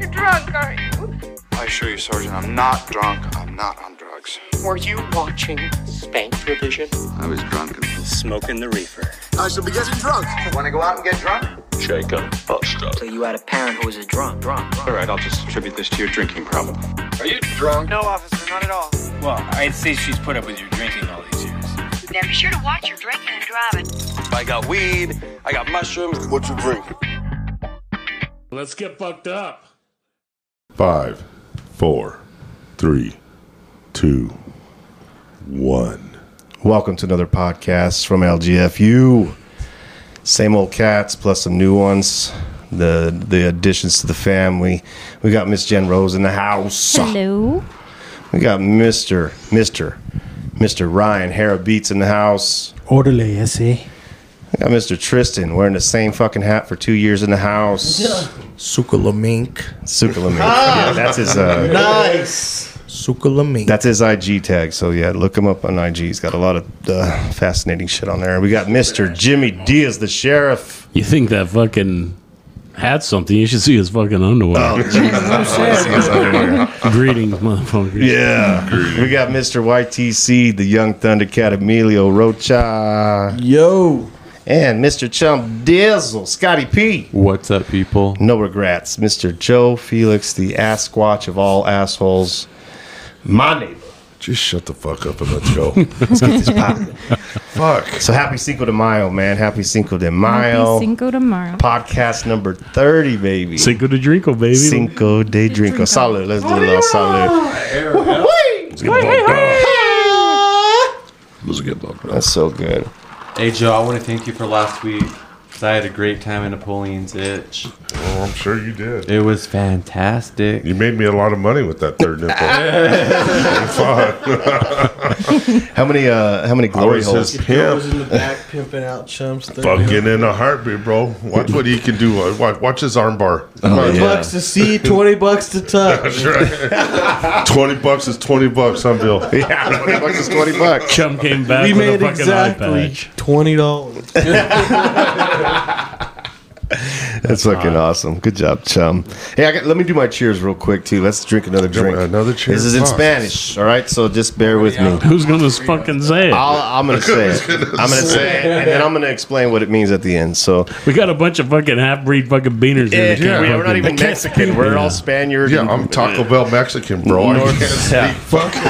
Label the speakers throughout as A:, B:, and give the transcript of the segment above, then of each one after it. A: are you?
B: I assure you, Sergeant, I'm not drunk. I'm not on drugs.
A: Were you watching Spank Revision?
B: I was drunk and
C: Smoking the reefer.
D: I should be getting drunk.
B: want to go out and get drunk.
E: Shake up, bust up.
F: So you had a parent who was a drunk, drunk, drunk.
E: All right, I'll just attribute this to your drinking problem.
D: Are you drunk?
G: No, officer, not at all.
H: Well, I'd say she's put up with your drinking all these years.
I: Now be sure to watch your drinking and driving.
E: I got weed. I got mushrooms.
D: What you drink?
J: Let's get fucked up.
K: Five, four, three, two, one.
L: Welcome to another podcast from LGFU. Same old cats plus some new ones. The the additions to the family. We got Miss Jen Rose in the house.
M: Hello.
L: We got Mister Mister Mister Ryan Hara Beats in the house.
N: Orderly, I see.
L: We got Mister Tristan wearing the same fucking hat for two years in the house.
O: Sukalamink.
L: Sukalamink. yeah, that's his. Uh,
N: Nice.
O: Sukalamink.
L: That's his IG tag. So yeah, look him up on IG. He's got a lot of uh, fascinating shit on there. We got Mister Jimmy Diaz, the sheriff.
J: You think that fucking had something? You should see his fucking underwear.
L: Oh,
J: Greetings, motherfucker.
L: Yeah, we got Mister YTC, the Young Thundercat Emilio Rocha,
N: Yo.
L: and Mister Chump Dizzle, Scotty P.
P: What's up, people?
L: No regrets, Mister Joe Felix, the Asquatch of all assholes. My neighbor.
K: Just shut the fuck up and let's go.
L: Let's get this poppin'.
K: fuck.
L: So happy Cinco de Mayo, man! Happy Cinco de Mayo.
M: Happy Cinco tomorrow.
L: Podcast number 30, baby.
J: Cinco de Drinko, baby.
L: Cinco de Drinko. Salud. Let's do a little salud.
K: Let's get bumped up. Let's get bumped up.
L: That's so good.
P: Hey, Joe, I want to thank you for last week because I had a great time in Napoleon's Itch.
K: Oh, I'm sure you did.
P: It was fantastic.
K: You made me a lot of money with that third nipple. Fuck.
L: How many uh how many
K: I
L: glory
K: was
L: holes?
K: his pimp.
N: in the back pimping out chumps.
K: Fucking in a heartbeat, bro. Watch what he can do. Watch, watch his armbar.
N: Twenty bucks to see, twenty bucks to touch.
K: That's right. twenty bucks is twenty bucks, huh, Bill?
L: Yeah, 20 bucks is 20 bucks.
J: Chum came back
N: We
J: with
N: made
J: a fucking eye
N: exactly
J: patch.
N: twenty dollars.
L: That's fucking awesome. Good job, chum. Hey, I got, let me do my cheers real quick too. Let's drink another
K: Do
L: drink.
K: another cheers.
L: This is in
K: Fuck.
L: Spanish, all right? So just bear with me.
J: Who's gonna fucking say it?
L: I'll, I'm gonna say it. I'm gonna say it, and then I'm gonna explain what it means at the end. So
J: we got a bunch of fucking half breed fucking beaners here. that
L: yeah,
J: can't
L: we're not
J: fucking-
L: even Mexican. We're all Spaniard.
K: Yeah,
L: and-
K: I'm Taco Bell Mexican, bro. I can't
N: Yeah.
K: speak fucking.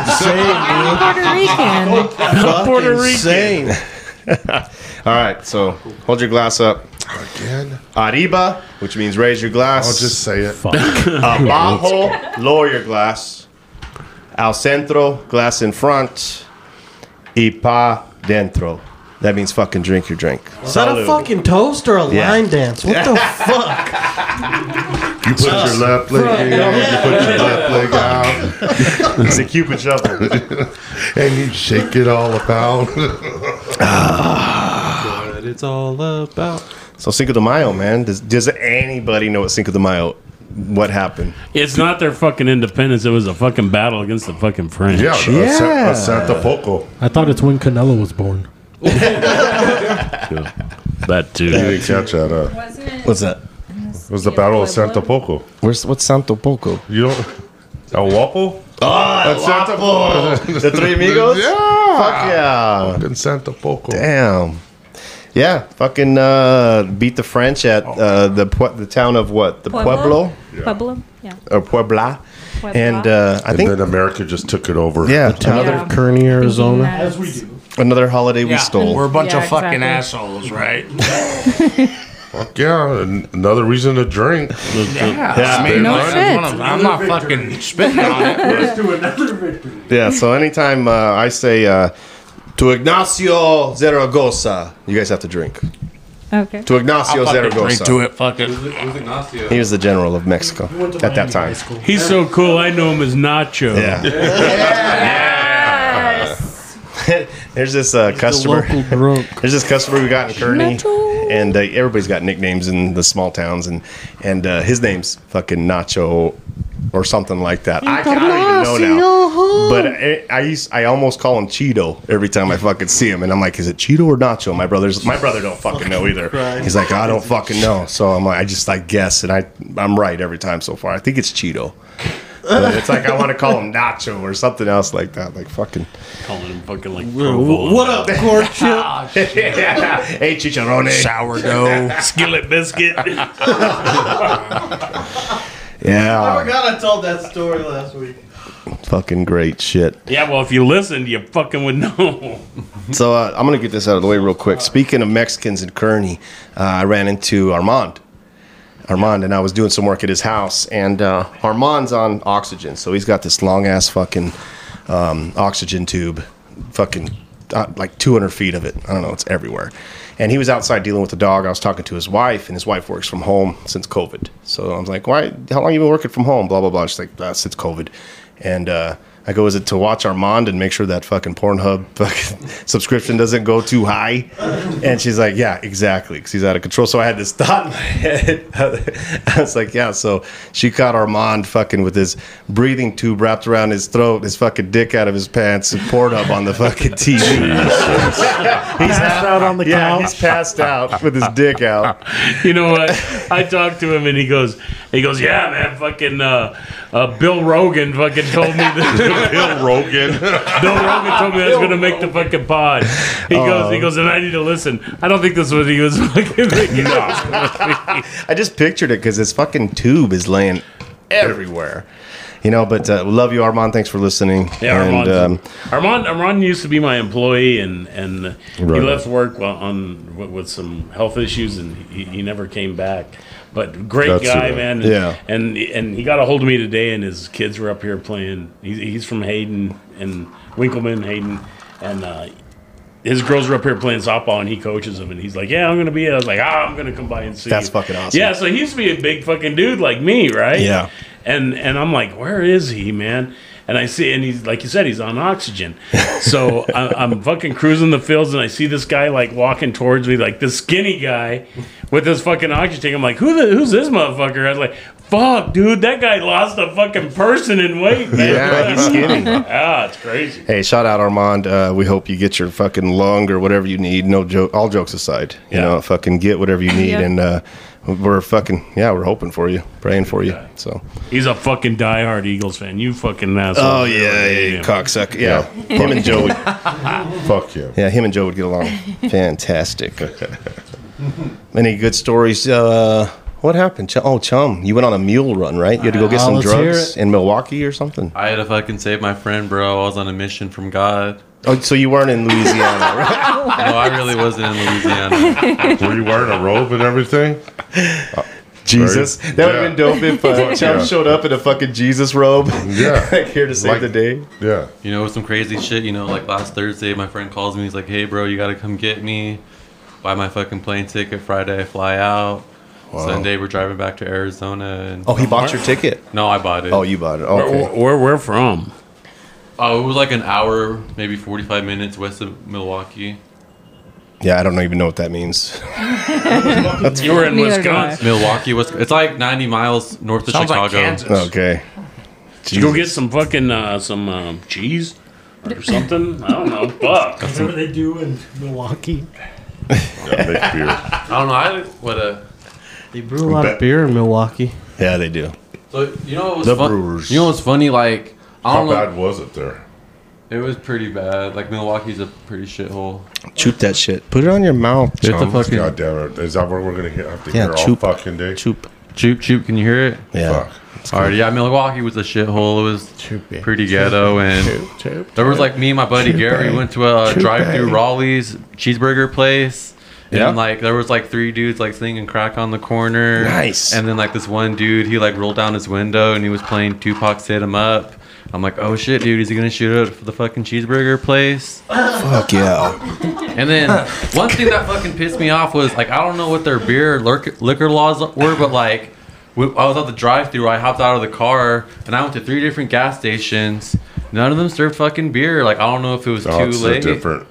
M: I'm Puerto Rican.
J: Puerto Rican.
N: Insane.
L: All right, so hold your glass up.
K: Again,
L: Arriba, which means raise your glass.
K: I'll just say it.
L: Abajo, lower your glass. Al centro, glass in front. Y pa dentro. That means fucking drink your drink.
N: Is that a fucking toast or a
L: Yeah.
N: line dance? What the fuck?
K: You put your left leg in. You put your left leg out,
L: It's a Cupid shuffle.
K: and you shake it all about.
P: What it's all about.
L: so Cinco de Mayo, man. Does, does anybody know what Cinco de Mayo? What happened?
J: It's not their fucking independence. It was a fucking battle against the fucking French.
K: Yeah, A, Sa-
L: Yeah.
K: a Santa Poco.
N: I thought it's when Canelo was born.
J: That too.
K: You didn't catch that. Uh,
M: Wasn't it?
L: What's that?
K: it was the Battle of Santa Poco.
L: Where's what's Santo Poco?
K: You don't. A waffle? Oh, Santa Poco.
L: Ah, The Three Amigos?
K: Yeah.
L: Fuck yeah!
K: Fucking Santa Poco.
L: Damn. Yeah, fucking uh, beat the French at uh, the pue- the town of what the Pueblo,
M: Pueblo. Yeah.
L: or Puebla, and uh, I
K: and
L: think
K: then America just took it over.
L: yeah,
N: Town
M: Yeah.
N: of Kearney, Arizona.
M: As we
N: do.
L: another holiday we
H: Yeah.
L: stole.
H: We're a bunch
M: Yeah,
H: of fucking
M: exactly.
H: assholes, right?
K: Fuck yeah. an- another reason to drink.
H: Yeah.
L: Yeah.
H: I mean,
M: No
H: I
M: shit.
H: don't wanna- I'm not fucking spitting on it. but-
L: Yeah, so anytime uh, I say uh, to Ignacio Zaragoza, you guys have to drink.
M: Okay.
L: To Ignacio
H: I'll fucking
L: Zaragoza,
H: drink to it. Fuck it.
L: he was the general of Mexico at that time.
J: He's so cool. I know him as Nacho.
L: Yeah,
M: Yes.
L: there's this uh, customer.
N: Local drunk.
L: There's this customer we got in Kearney,
M: Nacho.
L: and uh, everybody's got nicknames in the small towns, and and uh, his name's fucking Nacho or something like that. I, I don't even know now. But I, I used I almost call him Cheeto every time I fucking see him, and I'm like, is it Cheeto or Nacho? My brother's my brother don't fucking know either.
K: Christ.
L: He's like, I don't fucking know. So I'm like, I just I guess, and I I'm right every time so far. I think it's Cheeto. But it's like I want to call him Nacho or something else like that. Like fucking
J: calling him fucking like
L: what up,
N: corn chip?
L: hey, chicharrones,
O: Sourdough.
J: skillet biscuit.
N: I
L: yeah,
N: forgot I told that story last week.
L: fucking great shit.
J: yeah, well, if you listened, you fucking would know.
L: So uh, I'm gonna get this out of the way real quick. Speaking of Mexicans in Kearney, uh, I ran into Armand. Armand and I was doing some work at his house, and uh, Armand's on oxygen, so he's got this long ass fucking um, oxygen tube, fucking uh, like 200 feet of it. I don't know, it's everywhere. And he was outside dealing with the dog. I was talking to his wife, and his wife works from home since COVID. So I was like, "Why? How long you been working from home?" Blah blah blah. She's like, ah, "Since COVID." And uh, I go, "Is it to watch Armand and make sure that fucking Pornhub fucking subscription doesn't go too high?" And she's like, "Yeah, exactly, because he's out of control." So I had this thought in my head. I was like, "Yeah." So she caught Armand fucking with his breathing tube wrapped around his throat, his fucking dick out of his pants, and Pornhub on the fucking TV.
H: He's out on the
L: yeah, he's passed out with his dick out.
J: You know what? I talked to him and he goes, he goes, yeah, man, fucking uh, uh, Bill Rogan fucking told me that
K: Bill Rogan.
J: Bill Rogan told me I was gonna make the fucking pod. He goes, he
L: Oh.
J: goes, and I need to listen. I don't think this was he was fucking thinking.
L: I just pictured it because his fucking tube is laying everywhere. You know, but uh, love you, Armand. Thanks for listening.
J: Yeah, Armand.
L: and, um,
J: Armand Armand used to be my employee, and and
L: Right.
J: he left work while on with- with some health issues, and he, he never came back. But great
L: That's
J: guy,
L: right.
J: man.
L: Yeah.
J: And and he got a hold of me today, and his kids were up here playing. He's, he's from Hayden and Winkleman, Hayden, and. Uh, his girls were up here playing softball, and he coaches them. And he's like, "Yeah, I'm gonna be." It. I was like, "Ah, I'm gonna come by and see."
L: That's
J: you."
L: fucking awesome.
J: Yeah, so he used to be a big fucking dude like me, right?
L: Yeah.
J: And and I'm like, where is he, man? And I see, and he's like you said, he's on oxygen. So I, I'm fucking cruising the fields, and I see this guy like walking towards me, like this skinny guy with this fucking oxygen tank. I'm like, who the, who's this motherfucker? I was like, fuck, dude, that guy lost a fucking person in weight, man.
L: Yeah, he's skinny.
J: yeah, Ah, it's crazy.
L: hey, shout out, Armand. Uh, we hope you get your fucking lung or whatever you need. No joke. All jokes aside, you know, fucking get whatever you need,
J: Yeah.
L: and uh, we're fucking yeah, we're hoping for you, praying for you. So.
J: He's a fucking diehard Eagles fan. You fucking asshole.
L: Oh, yeah, yeah, yeah. cocksucker. Yeah. him and Joe. Would,
K: Fuck you.
L: yeah, him and Joe would get along. Fantastic. Any good stories? Uh, what happened? Ch- Oh, chum, you went on a mule run, right? You had to go get
P: Uh,
L: some
P: let's hear
L: drugs
P: it.
L: in Milwaukee or something.
P: I had to fucking save my friend, bro. I was on a mission from God.
L: Oh, so you weren't in Louisiana, right?
P: No, I really wasn't in Louisiana.
K: Were you wearing a robe and everything?
L: Jesus, that would have been dope if uh, Chum showed up in a fucking Jesus robe.
K: Yeah.
L: like here to save
K: Like-
L: the day.
K: Yeah.
P: You know, some crazy shit. You know, like last Thursday, my friend calls me. He's like, "Hey, bro, you gotta come get me. Buy my fucking plane ticket. Friday, I fly out.
L: Wow.
P: Sunday, we're driving back to Arizona." And
L: Oh, he bought your ticket.
P: No, I bought it.
L: Oh, you bought it.
J: Where,
L: Okay.
J: where we're from.
P: Oh, it was like an hour, maybe forty-five minutes west of Milwaukee.
L: Yeah, I don't even know what that means.
J: you were in
P: Neither
J: Wisconsin.
P: Milwaukee, West. It's like ninety miles north of
J: Sounds like
P: Chicago.
J: Kansas.
L: Okay.
J: Did you go get some fucking uh, some um, cheese or something? I don't know. Fuck.
N: That's what they do in Milwaukee.
K: make beer.
P: I don't know. I what a.
N: They brew a lot
P: Bet.
N: of beer in Milwaukee.
L: Yeah, they do.
P: So you know what was
N: The
P: fun-
N: Brewers.
P: You know what's funny? Like I
K: How
P: don't know.
K: bad was it there?
P: It was pretty bad. Like Milwaukee's a pretty shithole.
L: Choop that shit. Put it on your mouth.
P: It's a
L: Chum.
P: fucking-
K: God damn it. Is that what we're going to have to
L: Yeah,
K: hear
L: choop.
K: all fucking day?
L: Choop.
P: Choop choop. Can you hear it?
L: Yeah.
P: All right, yeah, Milwaukee was a shithole. It was pretty ghetto, and there was like me and my buddy Gary went to a uh, drive-through Raleigh's cheeseburger place,
L: Yeah.
P: and like there was like three dudes like singing crack on the corner.
L: Nice.
P: And then like this one dude, he like rolled down his window and he was playing Tupac's "Hit 'Em Up." I'm like, oh shit, dude, is he gonna shoot up the fucking cheeseburger place?
L: Fuck yeah.
P: And then one thing that fucking pissed me off was like I don't know what their beer liquor, liquor laws were, but like w I I was at the drive-through, I hopped out of the car and I went to three different gas stations. None of them served fucking beer. Like I don't know if it was
K: No,
P: too
K: Oh, it's a
P: late.
K: different.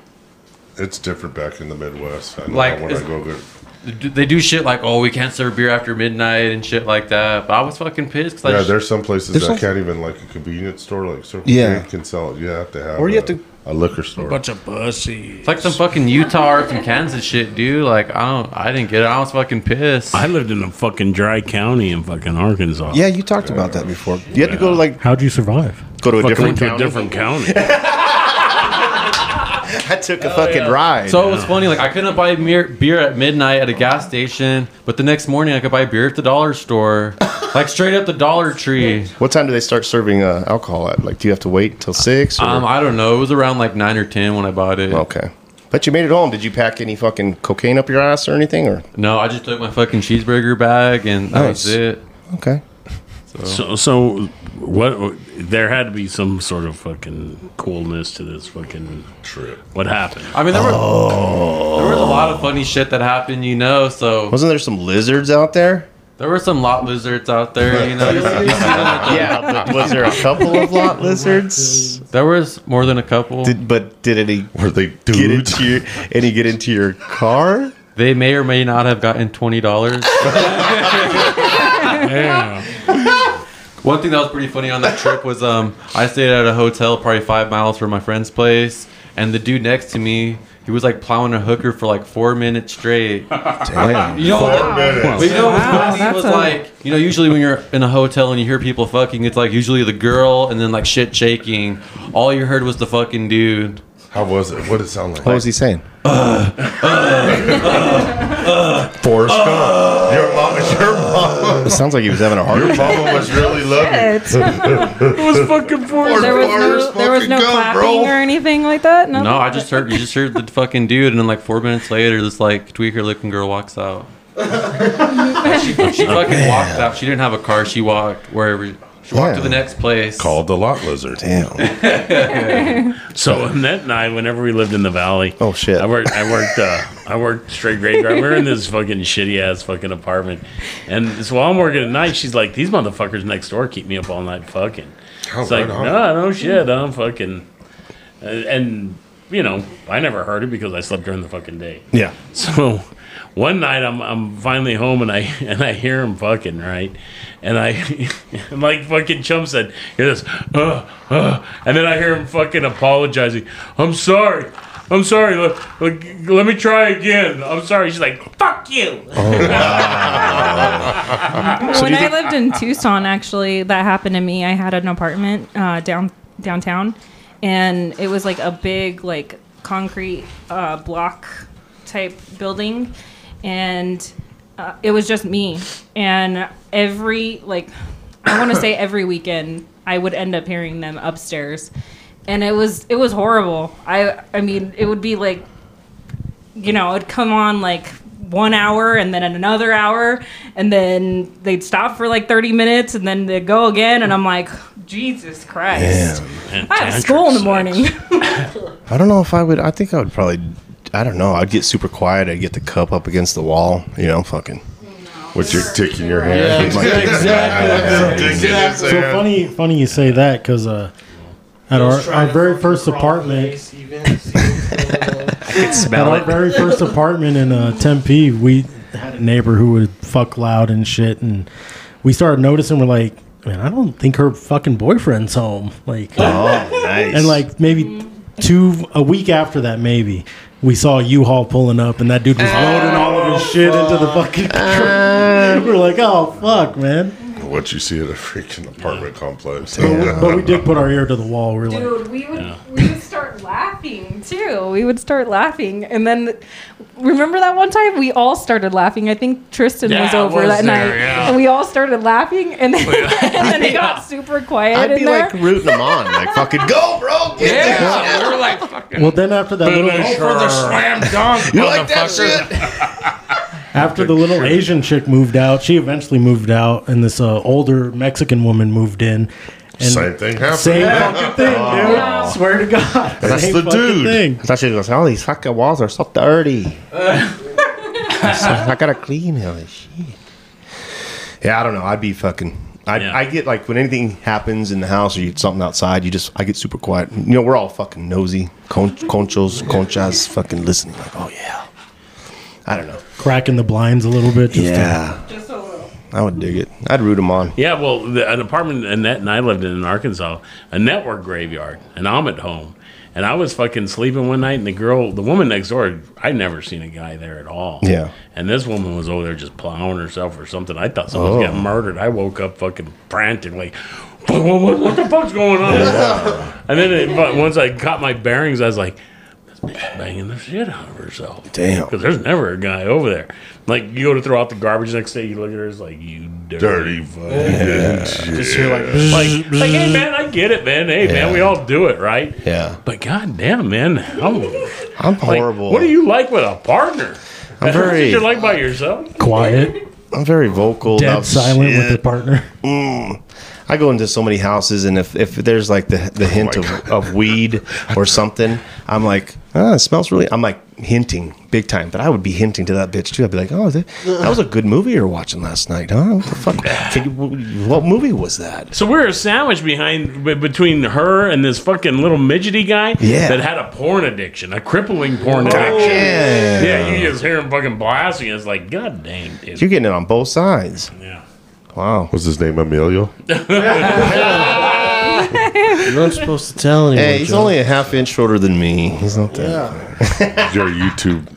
K: It's different back in the Midwest. I know
P: Like,
K: when I
P: it's-
K: go get
P: They do- They do shit like, oh, we can't serve beer after midnight and shit like that. But I was fucking pissed. 'cause I
K: yeah,
P: just-
K: there's some places
P: There's
K: that
P: some-
K: can't even like a convenience store like Circle
P: Yeah.
K: yeah. can sell it. You have to have
P: Or you
K: a,
P: have to-
K: a liquor store.
P: bunch
K: of
P: pussy. It's like some fucking Utah or some Kansas shit, dude. Like I don't, I didn't get it. I was fucking pissed.
J: I lived in a fucking dry county in fucking Arkansas.
L: Yeah, you talked about that before. You had to go to like
H: How'd you survive?
L: go to a
J: Fucking
L: different
J: to a
L: county.
J: different county.
L: I took a fucking ride.
P: So it was funny. Like I couldn't buy mere- beer at midnight at a gas station, but the next morning I could buy beer at the dollar store, like straight up the Dollar Tree.
L: What time do they start serving uh, alcohol at? Like, do you have to wait until six? Or?
P: Um, I don't know. It was around like nine or ten when I bought it.
L: Okay. but you made it home. Did you pack any fucking cocaine up your ass or anything? Or
P: No, I just took my fucking cheeseburger bag and that was
L: Nice.
P: it.
L: okay.
J: So, so what? There had to be some sort of fucking coolness to this fucking trip. What happened?
P: I mean, there were there was a lot of funny shit that happened, you know. So
L: Wasn't there some lizards out there?
P: there were some lot lizards out there, you know. You see- you see them at the-
L: yeah, but was there a couple of lot lizards?
P: There was more than a couple.
L: Did, but did any
K: were they
L: get into your any get into your car?
P: They may or may not have gotten twenty dollars. One thing that was pretty funny on that trip was um, I stayed at a hotel probably five miles from my friend's place, and the dude next to me, he was like plowing a hooker for like four minutes straight.
K: Damn.
P: You know,
K: Four
P: but
K: minutes.
P: you know, what's
K: Wow,
P: funny
K: that's
P: was
K: a-
P: like, you know, usually when you're in a hotel and you hear people fucking, it's like usually the girl and then like shit shaking. All you heard was the fucking dude.
K: How was it? What did it sound like?
L: What was he saying?
K: Forrest Gump. Your mama, your mama.
L: It sounds like he was having a heart
K: Your
L: attack.
K: mama was really
M: Shit.
K: loving.
J: It was fucking forced.
M: There was no, there was no clapping or anything like that. No.
P: No, I just heard you just heard the fucking dude, and then like four minutes later, this like tweaker looking girl walks out. she she fucking walked out. She didn't have a car. She walked wherever. She walked to
J: Yeah.
P: the next place.
K: Called the lot lizard.
L: Damn.
J: So Annette and I, whenever we lived in the valley,
L: oh shit,
J: I worked, I worked, uh, I worked straight grade drive. We We're in this fucking shitty ass fucking apartment, and so while I'm working at night, she's like, "These motherfuckers next door keep me up all night fucking."
K: Oh,
J: it's like,
K: right on.
J: no, no shit, I'm fucking, and, and you know, I never heard it because I slept during the fucking day.
L: Yeah.
J: So one night I'm I'm finally home and I and I hear him fucking right, and I and like fucking Chum said, hear this, uh, uh, and then I hear him fucking apologizing. I'm sorry. I'm sorry. Look, look, let me try again. I'm sorry. She's like, fuck you.
M: when I lived in Tucson, actually, that happened to me. I had an apartment uh, down downtown, and it was like a big like concrete uh, block type building, and uh, it was just me. And every like, I want to say every weekend, I would end up hearing them upstairs, and it was it was horrible. I I mean, it would be like you know, it'd come on like one hour and then another hour, and then they'd stop for like 30 minutes and then they'd go again. And I'm like, Jesus Christ. I have school in the morning.
L: I don't know if I would. I think I would probably. I don't know. I'd get super quiet. I'd get the cup up against the wall. You know, fucking.
K: With your dick in your
L: hand.
K: Oh, Yeah, exactly.
H: So funny, funny you say that because uh, at
N: Those
H: our,
N: trying
H: our
N: to
H: very
N: fucking
H: first
N: crawl
H: apartment,
L: I could
H: at
L: smell
H: our
L: it.
H: very first apartment in uh, Tempe, we had a neighbor who would fuck loud and shit, and we started noticing. We're like, man, I don't think her fucking boyfriend's home. Like,
L: Oh, nice.
H: and like maybe two a week after that, maybe we saw a U-Haul pulling up, and that dude was loading all of his shit into
L: Oh,
H: the fucking. truck. we're like, oh fuck, man.
K: What you see at a freaking apartment complex.
H: But, we, but we did put our ear to the wall. We're like,
M: Dude, we would we would start laughing too. We would start laughing, and then remember that one time we all started laughing. I think Tristan
C: Yeah,
M: was Oh,
C: I
M: over
C: was
M: that
C: there,
M: night,
C: yeah.
M: and we all started laughing, and then, and then it got super quiet
L: I'd
M: in
L: be
M: there.
L: like rooting them on, like fucking go, bro. Get
M: Yeah,
L: that shit.
M: we were
L: like,
H: well, then after that little, Oh,
L: dunk, you like that shit?
H: after the little Asian chick moved out, she eventually moved out, and this uh, older Mexican woman moved in. And
K: Same thing happened.
H: Same
K: Yeah.
H: fucking thing, dude.
K: Wow.
H: Swear to God.
L: That's
H: Same
L: the
H: fucking
L: dude.
H: Thing.
L: I thought she was all these fucking walls are so dirty. I gotta clean all this shit. Yeah, I don't know. I'd be fucking. I, I get like when anything happens in the house or you, something outside, you just I get super quiet. You know, we're all fucking nosy, con- conchos, conchas, fucking listening. Like, oh yeah, I don't know.
H: Cracking the blinds a little bit. Just
L: Yeah.
H: To,
L: I would dig it. I'd root them on.
J: Yeah, well, the, an apartment Annette and I lived in in Arkansas, a network graveyard, and I'm at home. And I was fucking sleeping one night, and the girl, the woman next door, I'd never seen a guy there at all.
L: Yeah.
J: And this woman was over there just plowing herself or something. I thought someone was
L: Oh.
J: getting murdered. I woke up fucking frantically. What, what- what- what the fuck's going on? and then it, but once I got my bearings, I was like, this bitch is banging the shit out of herself.
L: Damn.
J: Because there's never a guy over there. Like, you go to throw out the garbage next day, you look at her, it's like, you dirty,
K: Dirty
J: fuck.
K: fucking
J: Just hear like,
K: shit.
J: like, like, hey, man, I get it, man. Hey, man,
K: Yeah.
J: we all do it, right?
L: Yeah.
J: But goddamn, man, I'm,
L: I'm
J: like,
L: horrible.
J: what do you like with a partner?
L: I'm
J: That's what
L: very-
J: You're like by yourself.
L: Quiet. I'm very vocal.
H: Dead
L: about
H: silent with
L: shit.
H: the partner.
L: Mm. I go into so many houses, and if, if there's like the, the hint of, of weed or something, I'm like, ah, it smells really. I'm like hinting big time, but I would be hinting to that bitch too. I'd be like, oh, that, that was a good movie you were watching last night, huh? What the fuck? Can you- What movie was that?
J: So we're a sandwich behind be- between her and this fucking little midgety guy
L: Yeah. Oh,
J: that had a porn addiction, a crippling porn addiction.
L: yeah.
J: yeah, you just hear him fucking blasting. It's like, god damn, dude.
L: You're getting it on both sides. Yeah. Wow.
K: What's his name? Emilio.
L: You're not supposed to tell
N: anyone,
L: Hey, he's
N: Joe.
L: only a half inch shorter than me. He's not that.
K: Your YouTube.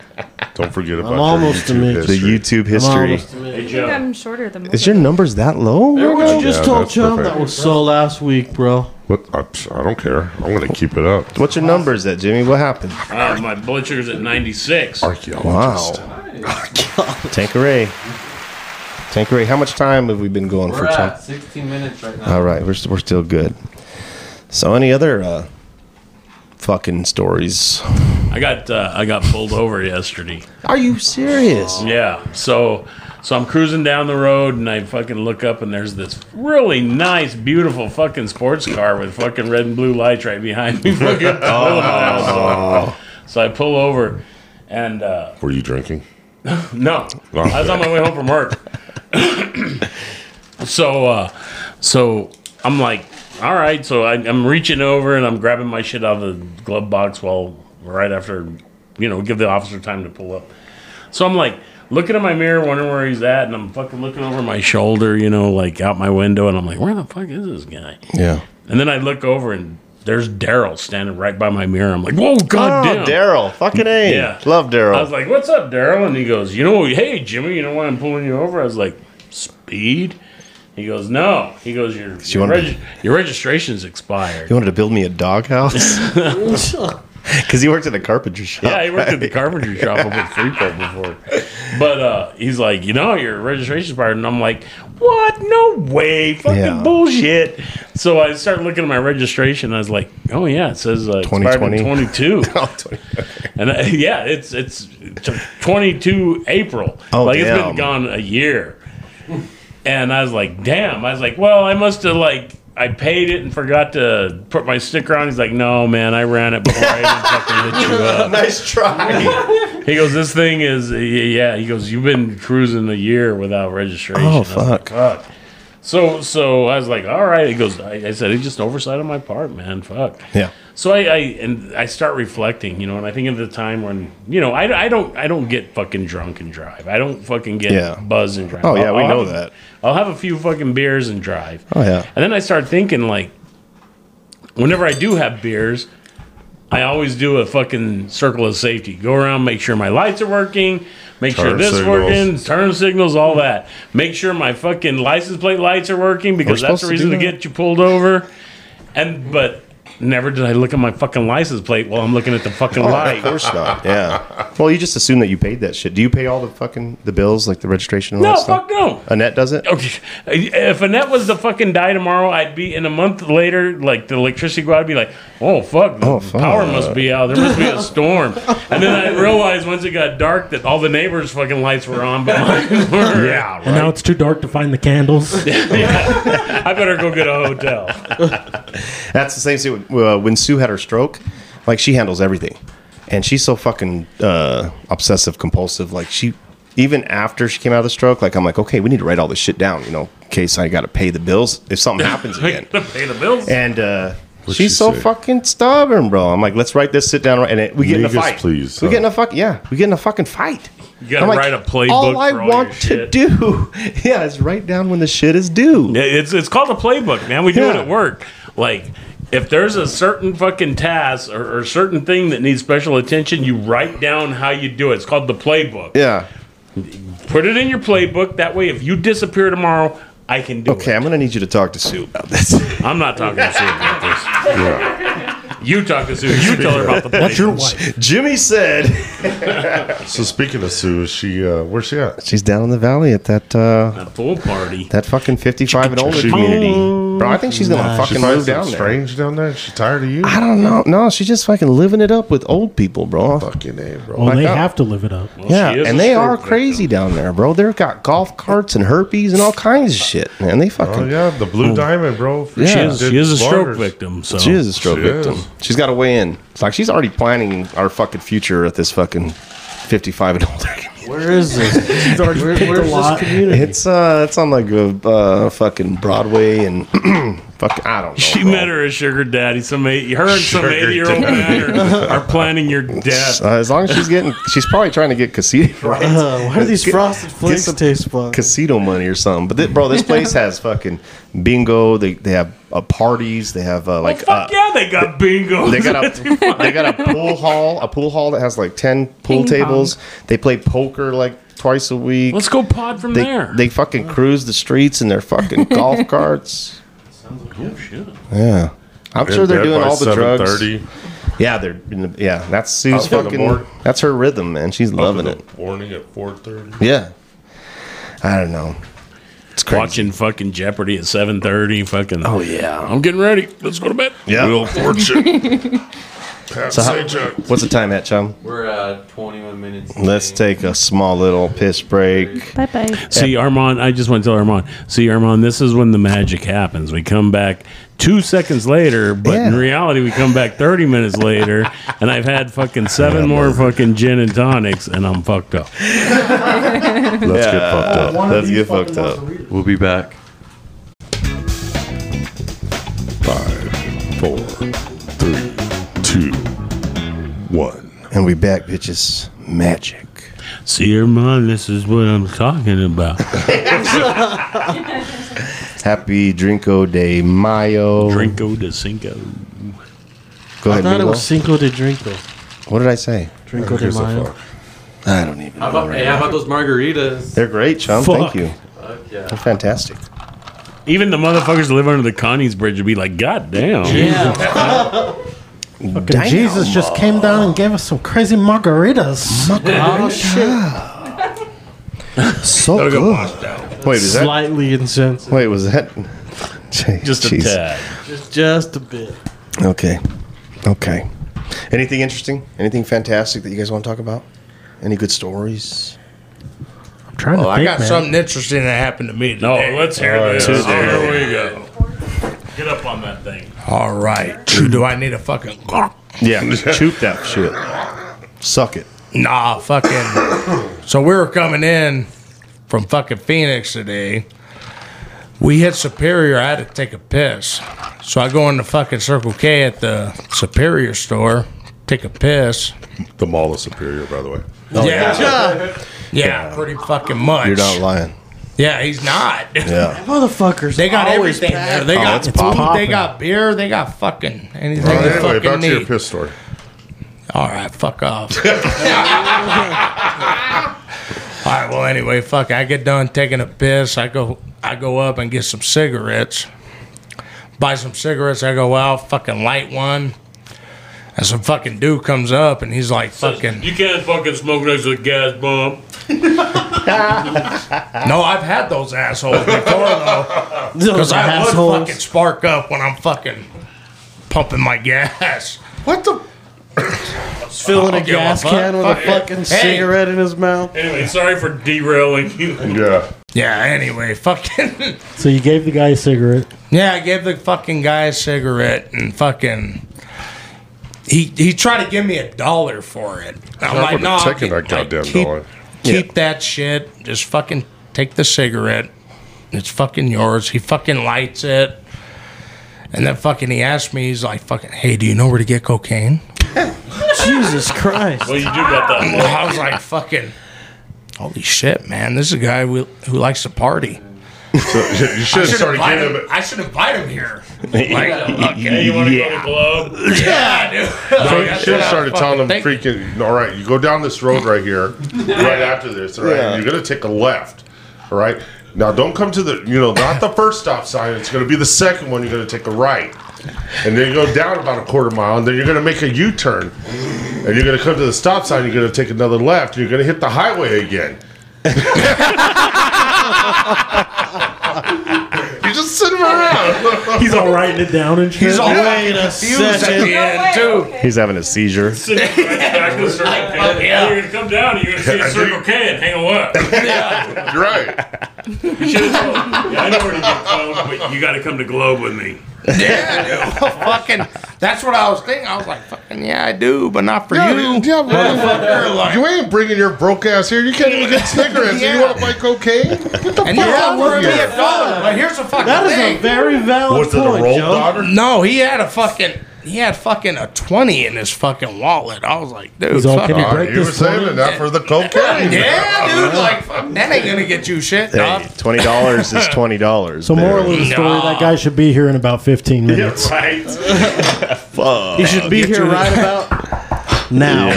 K: Don't forget about your
L: almost a
K: YouTube
L: midget. The
K: history.
L: YouTube I'm history. almost a
M: I think I'm shorter than most.
L: Is your numbers that low?
N: Remember what you
K: Yeah,
N: just
L: Oh,
N: told
K: that's
N: Chum
K: perfect.
N: that was so last week, bro.
K: What? I, psh, I don't care. I'm gonna keep it up.
L: What's your numbers at, Jimmy? What happened?
J: Ah, my blood sugar's at 96.
L: Wow. Tanqueray. Tanqueray, how much time have we been going
P: We're
L: for?
P: at
L: Chum?
P: 16 minutes right now.
L: All right, we're, we're still good. So, any other uh, fucking stories?
J: I got uh, I got pulled over yesterday.
L: Are you serious?
J: Yeah. So so I'm cruising down the road and I fucking look up and there's this really nice, beautiful fucking sports car with fucking red and blue lights right behind me. Fucking pulling miles over. So I pull over and uh,
K: Were you drinking?
J: no,
L: Oh.
J: I was on my way home from work. so, uh, so I'm like, all right. So I, I'm reaching over and I'm grabbing my shit out of the glove box while right after, you know, give the officer time to pull up. So I'm like looking at my mirror, wondering where he's at, and I'm fucking looking over my shoulder, you know, like out my window, and I'm like, where the fuck is this guy?
L: Yeah.
J: And then I look over and there's Daryl standing right by my mirror. I'm like, whoa,
L: Oh,
J: goddamn.
L: Daryl. Fucking A.
J: Yeah.
L: Love Daryl.
J: I was like, "What's up, Daryl?" And he goes, "You know, hey Jimmy, you know why I'm pulling you over?" I was like, "Speed." He goes, "No." He goes, "Your
L: you
J: your,
L: wanna
J: reg- your registration's expired."
L: He wanted to build me a doghouse? Because he worked at a carpentry shop.
J: Yeah, he worked at the carpentry shop up at Freeport before. But uh, he's like, you know, your registration's expired, and I'm like, what? No way, fucking
L: Yeah.
J: bullshit. So I started looking at my registration. I was like, oh yeah, it says uh,
L: 2020.
J: 2020, 22. And uh, yeah, it's it's t- 22 April.
L: Oh,
J: like it's
L: damn.
J: been gone a year. And I was like, damn. I was like, well, I must have like. I paid it and forgot to put my sticker on. He's like, "No, man, I ran it before I even fucking hit you up."
L: nice try.
J: He goes, this thing is, yeah. He goes, you've been cruising a year without registration.
L: Oh,
J: I was like, fuck. So, so I was like, all right. He goes, I, I said, it's just an oversight on my part, man. Fuck.
L: Yeah.
J: So I, I and I start reflecting, you know, and I think of the time when, you know, I, I don't I don't get fucking drunk and drive. I don't fucking get
L: Yeah.
J: buzz and drive.
L: Oh, yeah, we know
J: have-
L: that.
J: I'll have a few fucking beers and drive.
L: Oh, yeah.
J: And then I start thinking like, whenever I do have beers, I always do a fucking circle of safety. Go around, make sure my lights are working, make sure
K: Turn
J: this
K: signals.
J: working, turn signals, all that. Make sure my fucking license plate lights are working because
K: We're
J: that's
K: supposed
J: the
K: to
J: reason
K: do
J: to
K: that.
J: get you pulled over. And but never did I look at my fucking license plate while I'm looking at the fucking
L: Oh,
J: light.
L: of course not. Yeah. Well, you just assume that you paid that shit. Do you pay all the fucking the bills, like the registration and all
J: No,
L: that stuff?
J: fuck no.
L: Annette does it?
J: Okay. Uh, If Annette was to fucking die tomorrow, I'd be in a month later, like the electricity go out, I'd be like, oh fuck, the power must be out. There must be a storm. And then I realized once it got dark that all the neighbors' fucking lights were on, but mine were. Yeah.
H: And now it's too dark to find the candles.
J: I better go get a hotel.
L: That's the same thing with, uh, when Sue had her stroke. Like she handles everything, and she's so fucking uh, obsessive compulsive. Like she, even after she came out of the stroke, like I'm like, okay, we need to write all this shit down, you know, in case I got to pay the bills if something happens again.
J: Pay the bills.
L: And uh, she's so fucking stubborn, bro. I'm like, let's write this, sit down, and it, we get in a
K: Niggas,
L: fight.
K: please,
L: we
K: huh?
L: get in a fuck. Yeah, we get in a fucking fight.
J: You gotta
L: I'm like,
J: write a playbook
L: All I
J: for all
L: want
J: your
L: to
J: shit."
L: do, yeah, is write down when the shit is due.
J: Yeah, it's it's called a playbook, man. We do it
L: Yeah.
J: at work. Like if there's a certain fucking task or, or certain thing that needs special attention, you write down how you do it. It's called the playbook.
L: Yeah.
J: Put it in your playbook. That way, if you disappear tomorrow, I can do
L: Okay, I'm gonna need you to talk to Sue about this.
J: it. I'm not talking to Sue about this.
K: Uh,
J: You talk to Sue. You tell her about the playbook.
L: That's your wife. Jimmy said.
K: So speaking of Sue, is she uh, where's she at?
L: She's down in the valley at that uh, that
J: pool party.
L: That fucking 55 and older
K: She-
L: community. Bro, I think she's gonna
K: Nah, she
L: fucking
K: finds
L: move down
K: something
L: there.
K: Strange down there. She tired of you?
L: I don't know. No, she's just fucking living it up with old people, bro. uh,
K: Fucking a, bro.
H: Well, they have to live it up.
L: yeah,
H: she is
L: and
H: a
L: they
H: stroke
L: are crazy down there, bro. They've got golf carts and herpes and all kinds of shit, man. They fucking.
K: Oh yeah, the blue
L: Oh.
K: diamond, bro.
L: Yeah. She is-
K: Did
L: she is a stroke
K: borders.
J: victim, so-
L: She is a stroke
K: She
L: victim.
K: is.
L: She's got to weigh in. It's like she's already planning our fucking future at this fucking 55 and older.
N: Where is this?
L: She's
N: already Where- picked a where's this lot. community?
L: It's uh, it's on like a uh, fucking Broadway and fuck, I don't know.
J: She met her as sugar daddy. Some eight, her and some
L: Sugar
J: eighty-year-old
L: daddy.
J: man are, are planning your death.
L: Uh, as long as she's getting, she's probably trying to get casino. Right?
N: Uh, why do these
L: Get-
N: frosted
L: get
N: flakes
L: some
N: taste fun?
L: Casino money or something. But thi- bro, this place has fucking bingo. They they have uh, parties. They have uh, like uh,
J: Oh, Fuck yeah, they got bingo.
L: they got a they got a pool hall, a pool hall that has like ten pool
J: Ping pong.
L: tables. They play poker like twice a week.
J: Let's go pod from
L: they,
J: there.
L: They fucking cruise the streets in their fucking golf carts.
J: Oh, shit.
L: Yeah, I'm
K: In
L: sure they're
K: bed
L: doing
K: by
L: all the drugs.
K: 7:30.
L: Yeah, they're in the, yeah. That's
K: Up
L: Sue's
K: in the
L: fucking.
K: morning.
L: That's her rhythm, man. She's
K: Up
L: loving
K: in
L: it.
K: the Morning at four thirty.
L: Yeah, I don't know. It's
J: crazy. Watching fucking Jeopardy at seven thirty. Fucking.
L: Oh, yeah.
J: I'm getting ready. Let's go to bed.
L: Yeah.
J: Wheel of Fortune.
L: So how- what's the time at, chum?
P: We're at 21 minutes.
L: Let's take a small little piss break.
M: Bye bye.
J: See, Armand, I just want to tell Armand. See, Armand, this is when the magic happens. We come back two seconds later, but in reality, we come back 30 minutes later, and I've had fucking seven more fucking gin and tonics, and I'm fucked up.
K: Let's get fucked up.
J: One of
L: Let's
J: these
L: get
J: fucking
L: fucked up.
P: We'll be back.
K: Five, four, three, two, one.
L: And we back, bitches. Magic.
J: See, Armand, this is what I'm talking about.
L: Happy Drinko de Mayo.
J: Drinko de Cinco.
L: Go
N: I
L: ahead,
N: thought it
L: Milo.
N: was Cinco de Drinko.
L: What did I say?
N: Drinko de Mayo.
L: I don't even
P: How about, hey, how about those margaritas?
L: They're great, chum.
J: Fuck.
L: Thank you. They're fantastic.
J: Even the motherfuckers that live under the Connie's Bridge would be like, God damn.
H: Fucking Jesus just came down and gave us some crazy margaritas.
N: Oh, shit.
L: So
N: Gotta
L: good.
N: go
L: Wait, is that
N: Slightly insensitive.
L: Wait, was that
N: Just a
L: Jeez.
N: tad. Just, just a bit.
L: Okay. Okay. Anything interesting? Anything fantastic that you guys want to talk about? Any good stories?
H: I'm trying
O: Well,
H: to
O: Oh, I
H: think,
O: got
H: man.
O: something interesting that happened to me
J: No,
O: today. Oh,
J: let's hear this.
O: Today.
J: Here we go. Get up on that thing.
O: All right. Do I need a fucking.
L: Yeah, shoot that shit. Suck it.
O: Nah, fucking. so we were coming in from fucking Phoenix today. We hit Superior. I had to take a piss. So I go into fucking Circle K at the Superior store, take a piss.
K: The mall is superior, by the way.
O: Oh, yeah. yeah. pretty fucking much.
L: You're not lying.
O: Yeah, he's not.
L: Yeah.
N: Motherfuckers.
O: They got
N: always
O: everything there.
N: packed.
O: They
L: Oh,
O: got
L: it's
O: food,
L: popping.
O: they got beer, they got fucking anything
K: All right,
O: they
K: anyway,
O: fucking
K: back to your
O: need.
K: piss story.
O: All right, fuck off. All right, well anyway, fuck. I get done taking a piss. I go I go up and get some cigarettes. Buy some cigarettes. I go out, fucking light one. And some fucking dude comes up and he's like fucking
J: You can't fucking smoke next to the gas pump.
O: No, I've had those assholes before though. Because
N: Those
O: I
N: assholes.
O: would fucking spark up when I'm fucking pumping my gas. What the?
N: Filling a gas can with a fucking cigarette in his mouth.
J: Anyway, sorry for derailing you.
K: Yeah.
O: Yeah. Anyway, fucking.
H: So you gave the guy a cigarette.
O: Yeah, I gave the fucking guy a cigarette and fucking. He he tried to give me a dollar for it. I'm
K: I
O: like,
K: would've
O: no, I'll
K: taken
O: keep,
K: that goddamn
O: keep-
K: dollar.
O: keep that shit. Just fucking take the cigarette. It's fucking yours. He fucking lights it. And then fucking he asked me, he's like, fucking, hey, do you know where to get cocaine?
N: Jesus Christ.
J: Well, you do got that.
O: I was like, fucking, holy shit, man, this is a guy who, who likes to party.
K: you
O: I
K: should
O: should
K: have started
O: invite
K: getting
O: him.
K: him.
O: I should invite him here. Like,
K: okay, you wanna go to Yeah.
J: Globe?
O: Yeah, dude.
K: So you
O: Like,
K: should have
O: that's
K: started
O: what I
K: telling them
O: fucking think.
K: freaking, all right, you go down this road right here, right after this, all right,
O: Yeah.
K: and you're going to take a left, all right? Now, don't come to the, you know, not the first stop sign. It's going to be the second one. You're going to take a right. And then you go down about a quarter mile, and then you're going to make a U turn. And you're going to come to the stop sign. You're going to take another left. And you're going to hit the highway again. you just sit him around.
H: He's all writing it down and shit.
K: He's all-
H: Yeah.
K: Wait a second.
L: He's having a seizure.
J: Back to Circle K. You're gonna come down and you're gonna see a Circle K and hang a what?
K: You're right.
J: You should have told. Yeah, I know where to get Globe, but you got to come to Globe with me.
O: fucking. That's what I was thinking. I was like, fucking yeah, I do, but not for
K: Yeah,
O: you.
K: yeah, but-
O: Motherfucker, like-
K: you ain't bringing your broke ass here. You can't even get cigarettes. and You
O: Yeah.
K: want to buy cocaine? Get the
O: And
K: fuck
O: you're
K: out
O: not
K: of
O: worth me
K: here.
O: a dollar. But here's the fucking
K: That is a
O: thing.
H: very valid
K: Was it a point, rolled Joe. daughter?
O: No, he had a fucking. He had fucking a twenty in his fucking wallet. I was like, dude,
K: He's all,
O: fuck
K: "Can you
O: off."
K: break You this were saving twenty? that for the cocaine.
O: yeah, dude, like fuck, that ain't gonna get you shit, dog.
L: Hey, twenty dollars is twenty dollars.
H: So moral of the story, that guy should be here in about 15 minutes.
J: right.
L: Fuck.
H: He should be Get here you- right
N: about
H: Now.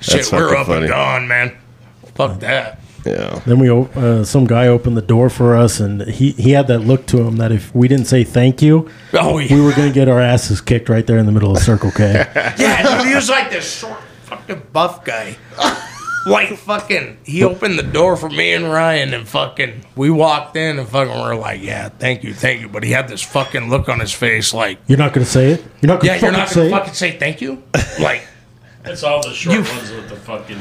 O: Shit, we're
H: fucking
O: up
H: funny.
O: and gone, man. Fuck that.
L: Yeah.
H: Then we, o- uh, some guy opened the door for us, and he, he had that look to him that if we didn't say thank you,
O: Oh,
H: we were going to get our asses kicked right there in the middle of Circle K.
O: Yeah, dude, he was like this short fucking buff guy. Like fucking, he opened the door for me and Ryan, and fucking, we walked in and fucking, we're like, yeah, thank you, thank you. But he had this fucking look on his face, like,
H: You're not going to say it. You're not
O: yeah,
H: going to
O: you're not
H: say
O: gonna
H: it.
O: fucking say thank you. Like,
J: That's all the short ones with the fucking.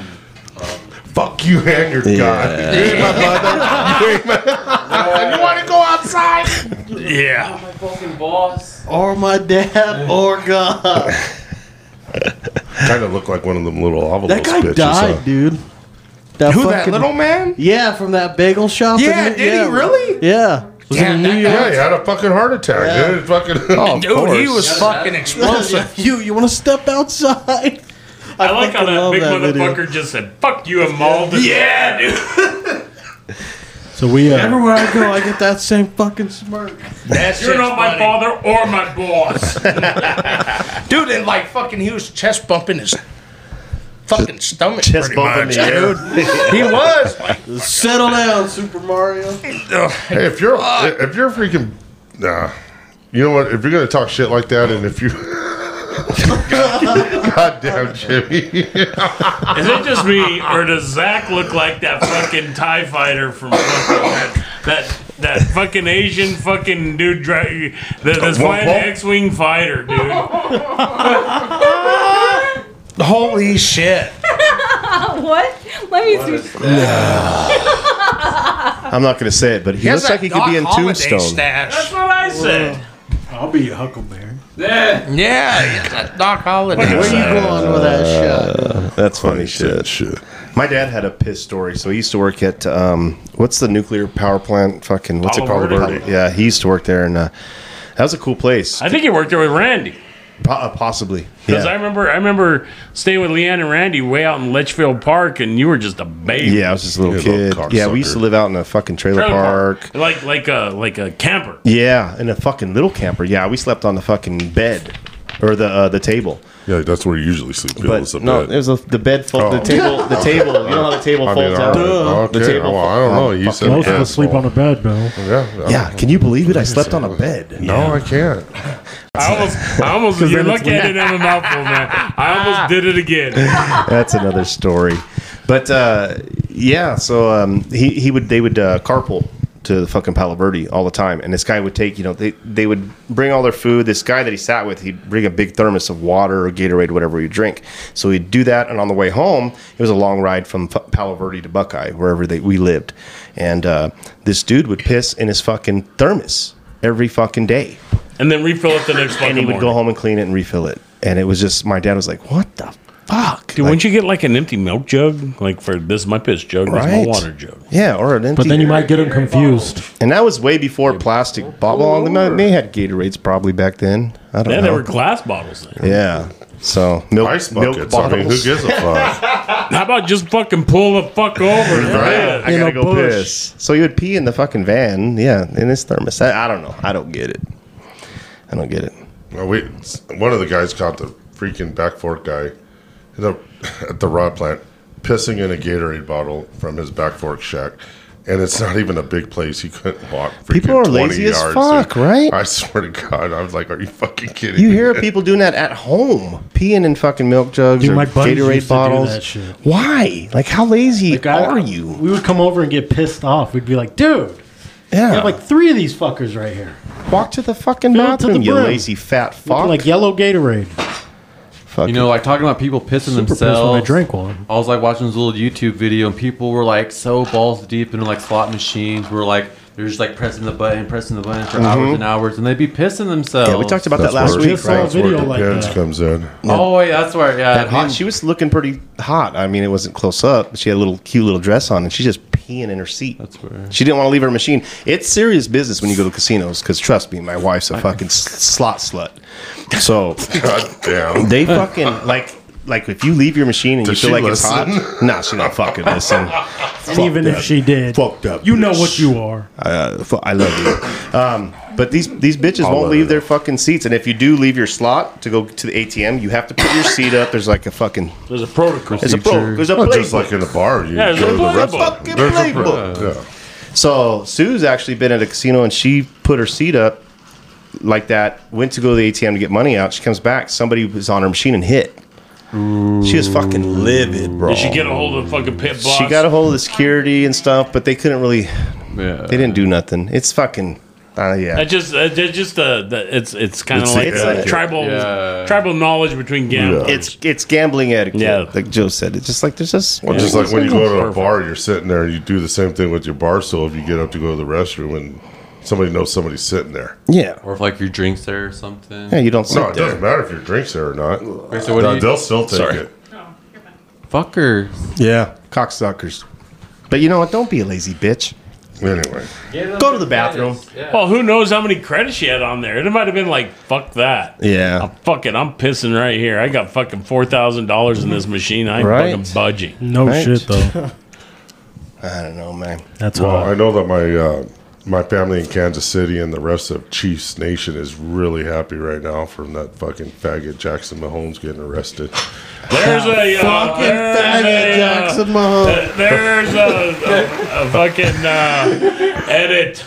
K: Fuck you and your God. You ain't my mother. You ain't my- You want to go outside?
O: Yeah.
P: My fucking boss.
N: or my dad or God.
K: kind of look like one of them little envelopes.
N: That guy
K: bitches,
N: died,
K: huh?
N: dude.
K: Who, that little
O: man?
N: Yeah, from that bagel shop.
K: Yeah,
N: in-
K: did he really?
N: Yeah. Was
K: Yeah,
N: in New York.
K: he had a fucking heart attack.
N: Yeah.
K: Dude, fucking.
L: Oh,
N: Dude, he was
O: fucking explosive.
N: you you want to step outside?
J: I, like
N: fucking
J: how that
N: love
J: big
N: that video.
J: motherfucker just said, "Fuck you, I'm mauled." Yeah, dude.
H: So we, uh,
N: Everywhere I go, I get that same fucking smirk.
J: You're not my father or my boss.
O: dude, and like fucking, he was chest bumping his fucking stomach.
L: Chest
O: pretty
L: bumping
O: much,
L: the air.
O: dude. he was. Like,
N: Settle down, Super Mario.
K: Hey, if you're if you're freaking, nah, you know what? If you're gonna talk shit like that, and if you, goddamn Jimmy,
J: Is it just me, or does Zach look like that fucking Tie Fighter from fucking that, that that fucking Asian fucking dude? Dra- the, this
O: Whoa,
J: flying
O: whoa.
J: X-wing fighter, dude.
O: holy shit.
M: Oh, what? Let me see.
L: I'm not gonna say it, but he,
O: has
L: looks like
O: that
L: he could be
O: Doc
L: in
O: Holliday
L: Tombstone.
O: Stash. That's
J: what I said.
H: I'll be your Huckleberry.
O: Yeah, yeah, that Doc Holliday.
L: shit? That's funny shit. My dad had a piss story. So he used to work at um, what's the nuclear power plant? Fucking what's
J: Palo
L: it called?
J: Verde.
L: Palo- Yeah, he used to work there, and uh, that was a cool place.
J: I think he worked there with Randy.
L: Po- uh, possibly.
J: Because I remember, I remember staying with Leanne and Randy way out in Litchfield Park, and you were just a baby.
L: Yeah, I was just a little
J: You're a
L: kid.
J: little
L: yeah, we used to live out in a fucking trailer,
J: Trailer
L: park.
J: park. like like a like a camper.
L: Yeah, in a fucking little camper. Yeah, we slept on the fucking bed or the uh, the table.
K: Yeah, that's where you usually sleep.
L: But no, it was a, the bed fold, the table, the table. You know how the table
K: Oh. I mean,
L: folds
K: all
L: out.
K: right, okay,
L: The table.
K: well, I don't know, you said
H: Most of us sleep on a bed, Bill.
K: Yeah.
L: Yeah, can you believe it? I slept on a bed.
K: No, I can't.
J: I almost, I almost.
L: 'Cause
J: You're
L: then it's
J: looking at it
L: weird.
J: in a mouthful, man. I almost did it again.
L: That's another story. But uh, yeah, so um, he he would they would uh, carpool to the fucking Palo Verde all the time, and this guy would take you know they they would bring all their food. This guy that he sat with, he'd bring a big thermos of water or Gatorade, whatever you drink. So he'd do that, and on the way home, it was a long ride from F- Palo Verde to Buckeye, wherever they we lived, and uh, this dude would piss in his fucking thermos every fucking day
J: And then refill it the next fucking
L: and he would
J: morning.
L: go home and clean it and refill it. And it was just my dad was like, "What the fuck?"
J: Dude, wouldn't you get like an empty milk jug? Like for this is my piss jug, this is
L: Right.
J: my water jug.
L: Yeah, or an empty.
H: But then you might get him confused.
L: And that was way before plastic bottle. Well, they might- they had Gatorades probably back then. I don't
J: Yeah,
L: know.
J: they were glass bottles. Then.
L: Yeah, So milk,
K: Ice
L: milk
K: buckets. I mean, who gives a fuck?
J: How about just fucking pull the fuck over?
L: Right. I
J: You
L: gotta
J: know,
L: go
J: Bush.
L: piss. So you would pee in the fucking van, yeah, in his thermos. I, I don't know. I don't get it. I don't get it.
K: Well, we, one of the guys caught the freaking back fork guy at the, at the rod plant pissing in a Gatorade bottle from his back fork shack. And it's not even a big place. He couldn't walk. freaking
L: People are
K: 20
L: lazy as
K: yards,
L: fuck,
K: dude.
L: right?
K: I swear to God. I was like, are you fucking kidding
L: You
K: me?
L: hear of people doing that at home, peeing in fucking milk jugs
H: Dude,
L: or
H: my buddies used to
L: Gatorade
H: do
L: bottles.
H: that shit.
L: Why? Like, how lazy are you?
H: We would come over and get pissed off. We'd be like, dude,
L: yeah.
H: we have like three of these fuckers right here.
L: Walk to the fucking
H: Fill it to
L: bathroom,
H: the
L: you
H: brim.
L: lazy fat
H: Looking
L: fuck.
H: Like yellow Gatorade.
P: you know, like talking about people pissing
H: Super pissed when I
P: themselves.
H: drank one.
P: I was like watching this little YouTube video, and people were like so balls deep into like slot machines. Were like they're just like pressing the button, pressing the button for hours
N: Mm-hmm.
L: Mhm.
P: and hours, and they'd be pissing themselves.
L: Yeah, we talked about that last
K: where-
L: week, right?
K: That's where depends comes in.
P: Oh wait, that's where yeah.
L: That hot, she was looking pretty hot. I mean, it wasn't close up. But she had a little cute little dress on, and she just peeing in her seat. That's
P: where
L: she didn't want to leave her machine. It's serious business when you go to casinos, because trust me, my wife's a fucking s- slot slut. So
K: goddamn,
L: they fucking like like if you leave your machine and
K: Does
L: you feel
K: she
L: like it's hot,
K: listen?
L: nah, she don't fucking listen.
H: And even if she did,
L: fucked up.
H: You know what you are.
L: Uh, fu- I love you. Um, but these these bitches
H: All
L: won't
H: of
L: leave their fucking seats, and if you do leave your slot to go to the ATM, you have to put your seat up. There's like a fucking
J: there's a protocol.
L: There's a pro. There's a
K: Well,
L: playbook.
K: Oh, just like in a bar, you
L: Yeah, there's
K: go
L: a
K: to the
L: playbook.
K: rest
L: Fucking playbook. So Sue's actually been at a casino and she put her seat up like that. Went to go to the ATM to get money out. She comes back. Somebody was on her machine and hit. She was fucking livid, bro.
J: Did she get a hold of the fucking pit boss?
L: She got a hold of the security and stuff, but they couldn't really.
P: Yeah.
L: They didn't do nothing. It's fucking. Uh, yeah.
J: That just uh, that's just uh, the it's it's kind of
L: It's
J: like
L: like
J: uh,
L: etiquette.
J: tribal
L: Yeah.
J: tribal knowledge between gamblers.
L: It's it's gambling etiquette. Yeah. Like Joe said, it's just like there's just.
K: Well, just like when you go to a bar, you're sitting there, you do the same thing with your bar stool if you get up to go to the restroom and somebody knows somebody's sitting there.
L: Yeah.
P: Or if like your drinks there or something.
K: No, it doesn't matter if your drink's there or not.
P: Okay, so what do
K: No,
P: you-
K: they'll still take
P: Sorry.
K: it.
P: Fucker.
L: Yeah. Cocksuckers. But you know what? Don't be a lazy bitch.
K: Anyway.
L: Go to the bathroom.
J: Well, who knows how many credits she had on there? It might have been like fuck that.
L: Yeah.
J: I'm fucking I'm pissing right here. I got fucking four thousand dollars in this machine. I ain't
L: Right.
J: fucking budging.
H: No
L: Right.
H: shit though.
L: I don't know, man.
H: That's
K: well,
H: hard.
K: I know that my uh, my family in Kansas City and the rest of Chiefs Nation is really happy right now from that fucking faggot Jackson Mahomes getting arrested.
J: There's a uh,
N: Fucking
J: there's
N: faggot,
J: a, uh,
N: Jackson Mahomes.
J: th- There's a, a, a fucking uh, edit.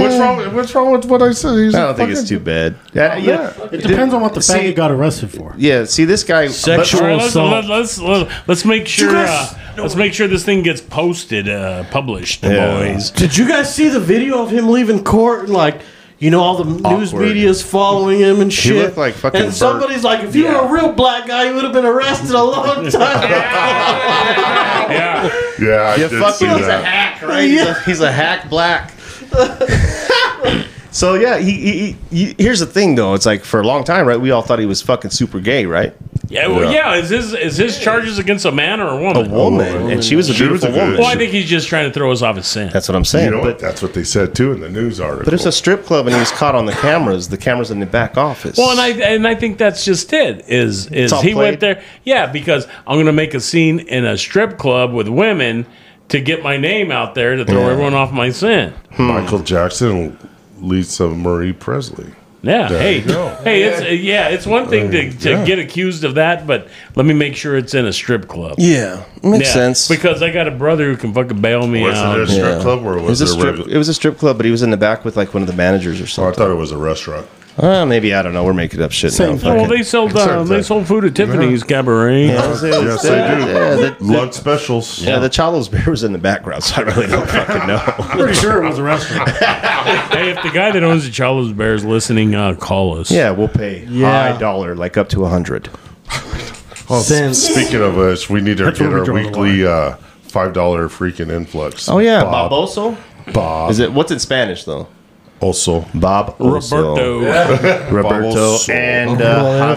K: what's wrong? What's wrong with what I said? He's
L: I
K: a
L: don't think it's
K: fucking-
L: too bad. Yeah, yeah.
H: It depends on what the
L: See-
H: faggot got arrested for.
L: Yeah, see this guy
J: All right, let's, Let's, let's let's make sure uh, let's make sure this thing gets posted, uh, published, boys.
N: Did you guys see the video of him leaving court and like? You know all the news
J: Awkward.
N: media's following him and
J: He
N: shit.
J: looked like fucking
N: and
J: Bert.
N: somebody's like, if you were a real black guy, you would have been arrested a long time.
K: Yeah, I
L: You
K: did
L: fucking-
K: see
L: he's a
K: that.
L: hack, right? He's a, he's a hack black. so yeah, he, he, he, he- Here's the thing, though. It's like for a long time, right? We all thought he was fucking super gay, right?
J: Yeah, well, yeah. Is his is his charges against a man or a woman?
L: A woman, and she was a beautiful woman.
J: Well, I think he's just trying to throw us off his scent.
L: That's what I'm saying.
K: You know
L: but,
K: what? That's what they said too in the news article.
L: but it's a strip club, and he was caught on the cameras. The cameras in the back office.
J: Well, and I and I think that's just it. Is is
L: all
J: he went
L: played.
J: there? Yeah, because I'm going to make a scene in a strip club with women to get my name out there to throw
K: Yeah.
J: everyone off my scent.
K: Michael Jackson leads to Marie Presley.
J: Yeah.
K: There
J: hey.
K: you go.
J: Hey. It's uh, yeah. It's one thing to, to
K: yeah.
J: get accused of that, but let me make sure it's in a strip club.
L: Yeah, makes sense.
J: Because I got a brother who can fucking bail me
K: Was it
J: out.
K: a strip club or
L: it was a
K: there
L: strip.
K: regular- Oh,
L: It was a strip club, but he was in the back with like one of the managers or something.
K: I thought it was a restaurant.
L: Uh, maybe I don't know. We're making up shit now.
J: Oh,
L: Fuck
J: well,
L: it.
J: they sold uh,
L: Same
J: they
L: thing.
J: sold food at Tiffany's Cabaret.
L: Yes, they
K: Yes, they do.
L: Yeah, the-
K: Lunch specials.
L: Yeah, the Chalos Bear was in the background, so I really don't fucking know.
H: Pretty sure it was a restaurant.
J: hey, if the guy that owns the Charles Bear is listening, uh, call us.
L: Yeah, we'll pay
J: Yeah.
L: high dollar, like up to a hundred.
K: Oh, s- Speaking of us, we need to
L: That's
K: get
L: where we
K: our
L: draw the
K: weekly uh, five dollar freaking influx.
L: Oh yeah,
K: Bob.
L: Barboso.
K: Bob.
L: Is it what's in Spanish though?
K: Also,
L: Bob
J: Roberto.
L: Oso. Roberto
J: Barboso.
L: and uh,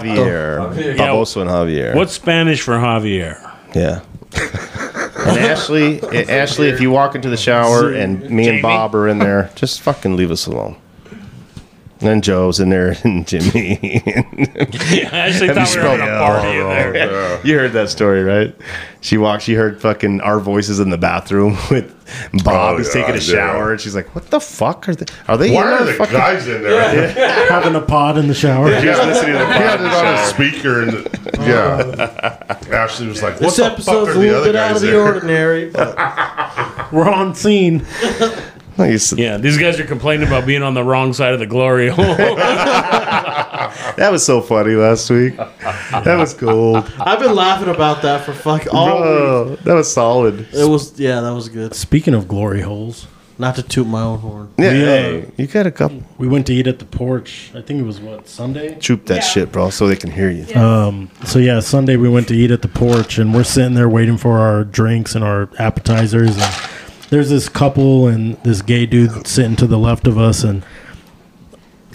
J: Roberto.
L: Javier.
J: Javier.
L: Barboso and Javier.
J: What's Spanish for Javier?
L: Yeah. And Ashley, and Ashley, if you walk into the shower and me and Bob are in there, just fucking leave us alone. And Joe's in there, and Jimmy.
J: Yeah, I actually
L: Have
J: thought
L: you
J: we were having a
L: smelled-
J: party in there.
L: You heard that story, right? She walked. She heard fucking our voices in the bathroom with Bob.
K: Oh,
L: He's
K: yeah,
L: taking
K: I
L: a
K: did.
L: shower, and she's like, "What the fuck are they? Are they?
K: Why
L: in
K: are
L: our
K: the
L: fucking-"
K: guys in there?
L: Yeah.
H: Having a pod in the shower.
K: Yeah, he had it on a
H: shower.
K: speaker, and the, yeah, Ashley was like, "What
N: This
K: the fuck
N: episode's
K: are
N: a
K: the
N: little
K: other
N: bit out of
K: guys
N: the
K: there?"
N: ordinary, but
H: We're on scene.
J: yeah, these guys are complaining about being on the wrong side of the glory hole.
L: That was so funny last week. That was cool.
N: I've been laughing about that for fuck all
L: Bro, that was solid.
N: week. It was yeah, that was good.
H: Speaking of glory holes,
N: not to toot my own horn.
L: Yeah, hey, you got a couple.
H: We went to eat at the porch. I think it was what Sunday.
L: Troop that shit, bro, so they can hear you.
H: Um, so yeah, Sunday we went to eat at the porch, and we're sitting there waiting for our drinks and our appetizers. And there's this couple and this gay dude sitting to the left of us, and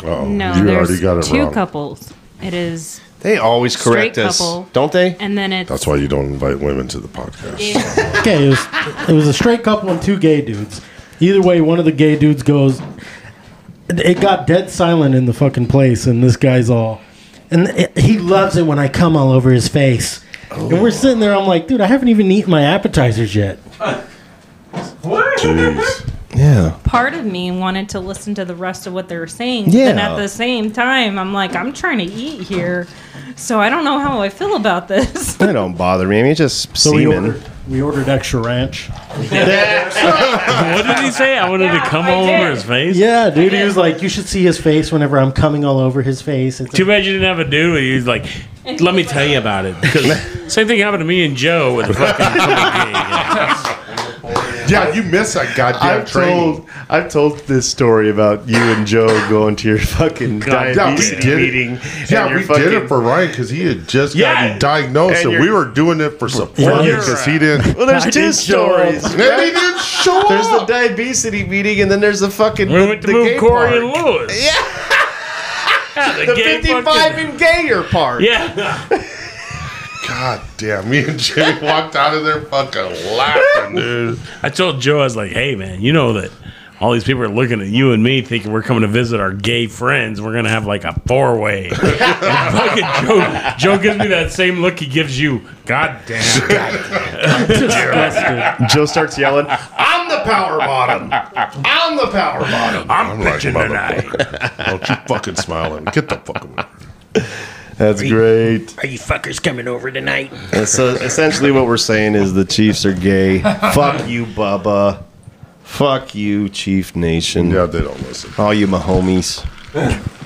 K: oh,
M: No, there's two couples. It is
L: They always
M: correct Straight us, couple.
L: don't they?
M: and then it's
K: That's why you don't invite women to the podcast.
H: okay, it was, it was a straight couple and two gay dudes. Either way, one of the gay dudes goes. It got dead silent in the fucking place, and this guy's all, and it, he loves it when I come all over his face. And we're sitting there. I'm like, dude, I haven't even eaten my appetizers yet.
K: Jeez.
L: Yeah.
M: part of me wanted to listen to the rest of what they were saying.
H: Yeah.
M: And at the same time, I'm like, I'm trying to eat here, so I don't know how I feel about this.
L: That don't bother me. I mean, it's just
H: So we
L: semen.
H: ordered, we ordered extra ranch.
J: what did he say? I wanted to come all over his face.
H: Yeah, dude. He was like, you should see his face whenever I'm coming all over his face. It's
J: Too bad you didn't have a dude. He was like, "Let me tell you about it." Because same thing happened to me and Joe with the fucking.
K: Yeah, you missed that goddamn
L: I've
K: training.
L: told I've told this story about you and Joe going to your fucking
K: God, yeah, we
L: diabetes
K: did
L: meeting.
K: it.
L: and
K: Yeah,
L: your
K: we
L: fucking-
K: did it for Ryan because he had just
L: Yeah.
K: gotten diagnosed,
L: And
K: and, we
L: your-
K: were doing it for support
L: your-
K: because he didn't.
L: Well, there's two stories.
K: And he didn't show up.
L: There's the diabetes meeting, and then there's the fucking.
J: We went to
L: the
J: move
L: gay
J: Corey
L: park.
J: and Lewis.
L: Yeah.
J: Yeah,
L: The
J: gay
L: 55
J: fucking-
L: and gayer part.
J: Yeah.
K: God damn, me and Jimmy walked out of there fucking laughing, dude.
J: I told Joe, I was like, "Hey, man, you know that." All these people are looking at you and me, thinking we're coming to visit our gay friends. We're gonna have like a four way. Joe, Joe gives me that same look he gives you. God damn.
L: Joe starts yelling, "I'm the power bottom! I'm the power bottom!"
K: I'm, pitching like, tonight. Don't you fucking smile and get the fuck away.
L: That's great.
A: Are you fuckers coming over tonight?
L: And so essentially, what we're saying is the Chiefs are gay. Fuck you, Bubba. Fuck you, Chief Nation.
K: Yeah, they don't listen.
L: All you Mahomies.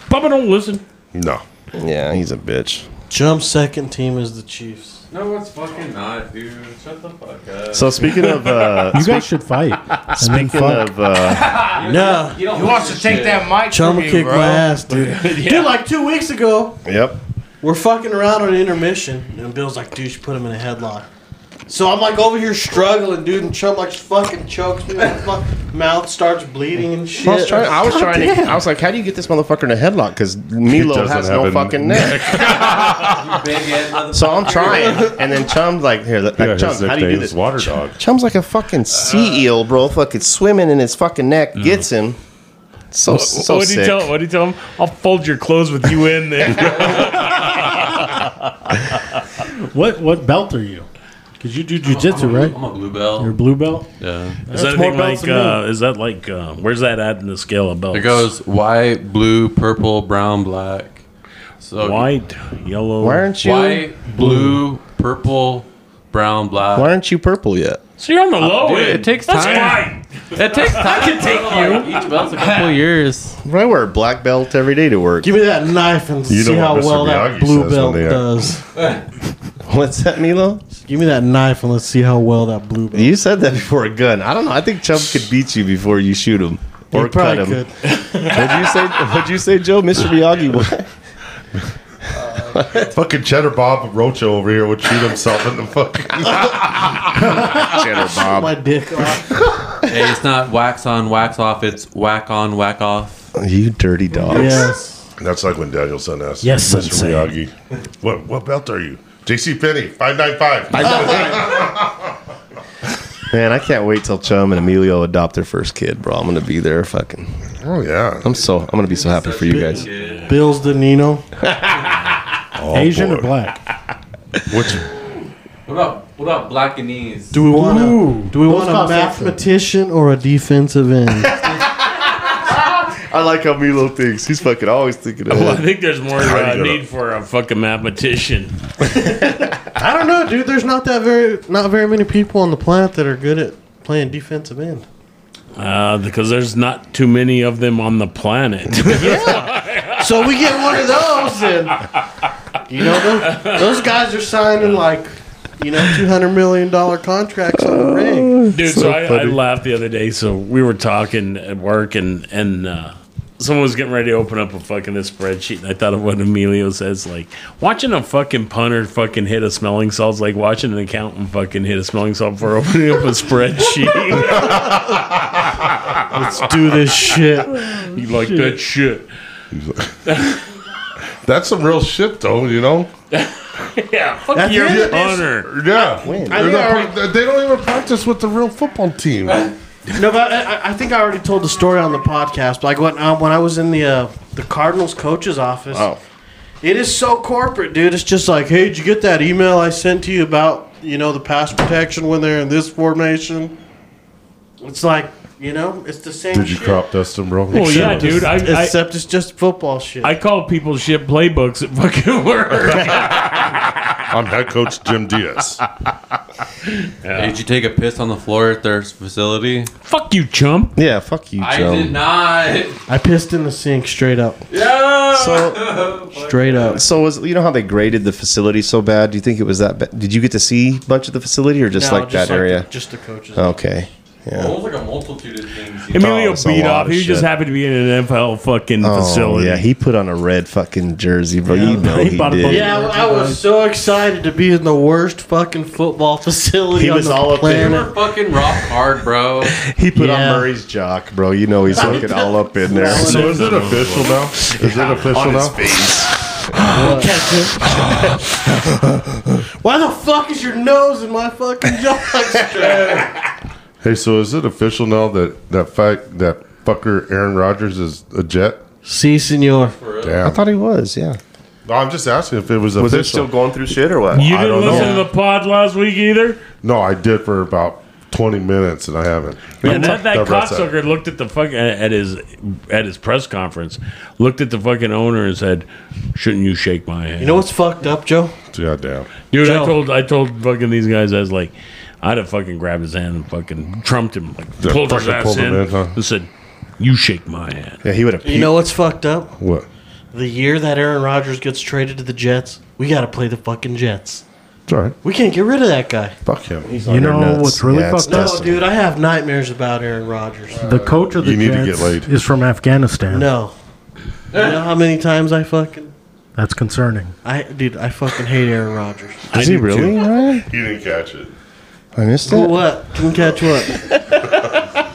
J: Bubba don't listen.
K: No.
L: Yeah, he's a bitch.
N: Jump second team is the Chiefs.
P: No, it's fucking not, dude. Shut the fuck up.
L: So speaking of, uh,
H: you guys should fight. And then
L: speaking
H: fuck.
L: of, uh,
N: No.
P: You don't
O: Who wants to take that mic
N: Chum
O: from you,
N: kicked
O: bro?
N: my ass, dude. Dude, like two weeks ago,
L: yep.
N: we're fucking around on intermission, and Bill's like, dude, you should put him in a headlock. So I'm like over here struggling, dude, and Chum like fucking chokes me. My fuck- mouth starts bleeding and shit.
L: I was trying. uh, I was trying to. I was like, "How do you get this motherfucker in a headlock?" Because Milo
K: doesn't
L: has
K: have
L: no
K: a
L: fucking neck. so I'm trying, and then Chum's like, "Here, like,
K: Yeah,
L: Chum,
K: his
L: how do you do
K: nickname
L: this?"
K: is Water Dog.
L: Chum's like a fucking sea eel, bro. Fucking swimming in his fucking neck gets him. So so
J: what do
L: sick.
J: you tell? What do you tell him? I'll fold your clothes with you in there.
H: what what belt are you? Because you do jujitsu, right?
P: I'm a blue belt.
H: Your blue belt.
P: yeah.
J: Is that
H: That's more
J: anything
H: belts
J: like?
H: than me.
J: Uh, is that like? Uh, where's that at in the scale of belts?
P: It goes white, blue, purple, brown, black. So
J: white, yellow.
L: Why aren't you?
P: white, blue, purple, brown, black.
L: Why aren't you purple yet?
J: So you're on the low
P: Dude,
J: end.
P: it takes
J: That's
P: time.
J: fine.
P: It takes time. I can take you. Each belt's a couple years.
L: I wear a black belt every day to work.
N: Give me that knife and
K: You know
N: see
K: what
N: how
K: Mr.
N: well
K: Miyagi
N: that
K: says
N: blue
K: when
N: belt
K: they uh, are-
N: does.
L: What's that, Milo?
N: Give me that knife and let's see how well that blue belt.
L: You said that before a gun. I don't know. I think Chum could beat you before you shoot him or
N: You
L: cut
N: probably
L: him.
N: could.
L: What'd you say? What'd you say, Joe? Mr. Miyagi? What?
K: Fucking Cheddar Bob Rocha over here would shoot himself in the fucking.
L: Cheddar Bob.
N: My dick off.
P: Hey, it's not wax on, wax off. It's whack on, whack off.
L: You dirty dog.
N: Yes.
K: That's like when Danielson asked
H: Yes,
K: Mr.
H: sensei.
K: Miyagi, what, what belt are you? JC Penny, 595.
L: Man, I can't wait till Chum and Emilio adopt their first kid, bro. I'm gonna be there, fucking.
K: Oh yeah.
L: I'm so I'm gonna be so happy for you guys.
N: Bill's the Nino.
H: Asian or black?
K: Oh, Which
P: What about what about black and knees?
N: Do we want a, do we
P: Those
N: want a
P: cost
N: mathematician or a defensive end?
L: I like how Milo thinks. He's fucking always thinking
J: Well, I
L: ahead.
J: think there's more
L: How
J: uh,
L: you
J: need for a fucking mathematician.
N: I don't know, dude. There's not that very not very many people on the planet that are good at playing defensive end.
J: Uh, because there's not too many of them on the planet.
N: So we get one of those, and you know those, those guys are signing like you know two hundred million dollar contracts on the ring.
J: Dude, so, I, I laughed the other day. So we were talking at work, and and uh, someone was getting ready to open up a fucking this spreadsheet. And I thought of what Emilio says, like watching a fucking punter fucking hit a smelling salt is like watching an accountant fucking hit a smelling salt for opening up a spreadsheet.
N: Let's do this shit.
J: You like that shit?
K: That's some real shit, though. You know.
J: yeah, fuck
K: That's
J: your
K: it.
J: punter.
K: Yeah.
N: Win.
K: They're
N: I think
K: not
N: I
K: pra- they don't even practice with the real football team.
N: No, but I, I- I think I already told the story on the podcast. Like when uh, when I was in the uh, the Cardinals coach's office,
L: Oh.
N: it is so corporate, dude. It's just like, hey, did you get that email I sent to you about you know the pass protection when they're in this formation? It's like you know, it's the same.
K: Did you
N: shit.
K: crop dust them, bro?
J: Well, yeah, dude. I, I,
N: Except it's just football shit.
J: I call people shit playbooks at fucking work.
K: I'm head coach Jim Diaz.
P: Did you take a piss on the floor at their facility?
J: fuck you, chump.
L: Yeah, fuck you,
P: I did not.
N: I pissed in the sink straight up.
P: Yeah.
L: So-
N: Straight up.
L: So was you know how they graded the facility so bad? Do you think it was that? bad? Did you get to see much of the facility or just
N: No,
L: like
N: just
L: that
N: like
L: area?
N: the- just the coaches.
L: Okay. Yeah.
P: Well, it was like a multitude of things. you know?
J: Emilio
L: Oh, it's a
J: beat
L: lot
J: off.
L: of
J: He was just
L: shit.
J: happy to be in an NFL fucking
L: Oh,
J: facility.
L: yeah, he put on a red fucking jersey, bro. you know
J: he
L: he,
J: bought a
L: did.
J: bunch
N: Yeah, I was so excited to be in the worst fucking football facility
L: He
N: on
L: was
N: the
L: all up
N: planet.
L: in
P: We're fucking rock hard, bro.
L: He put
N: Yeah.
L: on Murray's jock, bro. You know he's fucking all up in there.
K: So is it official now? Is it official
L: on his
K: now?
L: face.
N: Why the fuck is your nose in my fucking jock strap?
K: Hey, so is it official now that that fact that fucker Aaron Rodgers is a Jet?
N: Si, senor.
K: Damn.
L: I thought he was. Yeah.
K: No, I'm just asking if it was,
L: Was
K: official.
L: it still going through shit or what?
J: You
K: I
J: didn't
K: don't
J: listen
K: know.
J: to the pod last week either.
K: No, I did for about 20 minutes, and I haven't.
J: And that, that
K: Never outside.
J: cocksucker looked at the fucking at his at his press conference, looked at the fucking owner and said, "Shouldn't you shake my hand?"
N: You know what's fucked up, Joe?
K: Goddamn.
J: dude. I
N: Joe.
J: told I told fucking these guys I was like, I'd have fucking grabbed his hand and fucking trumped him, like
K: Yeah,
J: pulled his
K: fucking
J: ass
K: pulled
J: in,
K: him in, huh?
J: and said, "You shake my hand."
L: Yeah, he would have.
N: You know what's fucked up?
K: What?
N: The year that Aaron Rodgers gets traded to the Jets, we gotta play the fucking Jets.
K: It's all right.
N: We can't get rid of that guy.
K: Fuck him.
H: You know what's really
L: Yeah, it's
H: fucked
N: No,
H: up?
N: dude, I have nightmares about Aaron Rodgers.
H: The coach of the
K: You need to
H: Jets
K: get laid.
H: is from Afghanistan.
N: No. You know how many times I fucking
H: That's concerning.
N: I dude, I fucking hate Aaron Rodgers.
J: I
L: Is he
J: do, too.
L: really? Ryan?
K: You didn't catch it.
L: I missed
N: Well,
L: it.
N: what? Didn't catch what?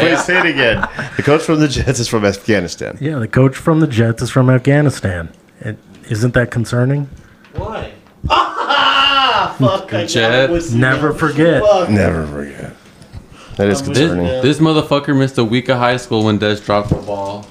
L: Wait, say it again. The coach from the Jets is from Afghanistan.
H: Yeah, the coach from the Jets is from Afghanistan. It, isn't that concerning?
N: Why? Ah, fuck! I
P: Jet.
N: was-
H: Never forget.
N: Fuck.
L: Never forget. That is
P: This,
L: concerning.
P: this motherfucker missed a week of high school when Des dropped the ball.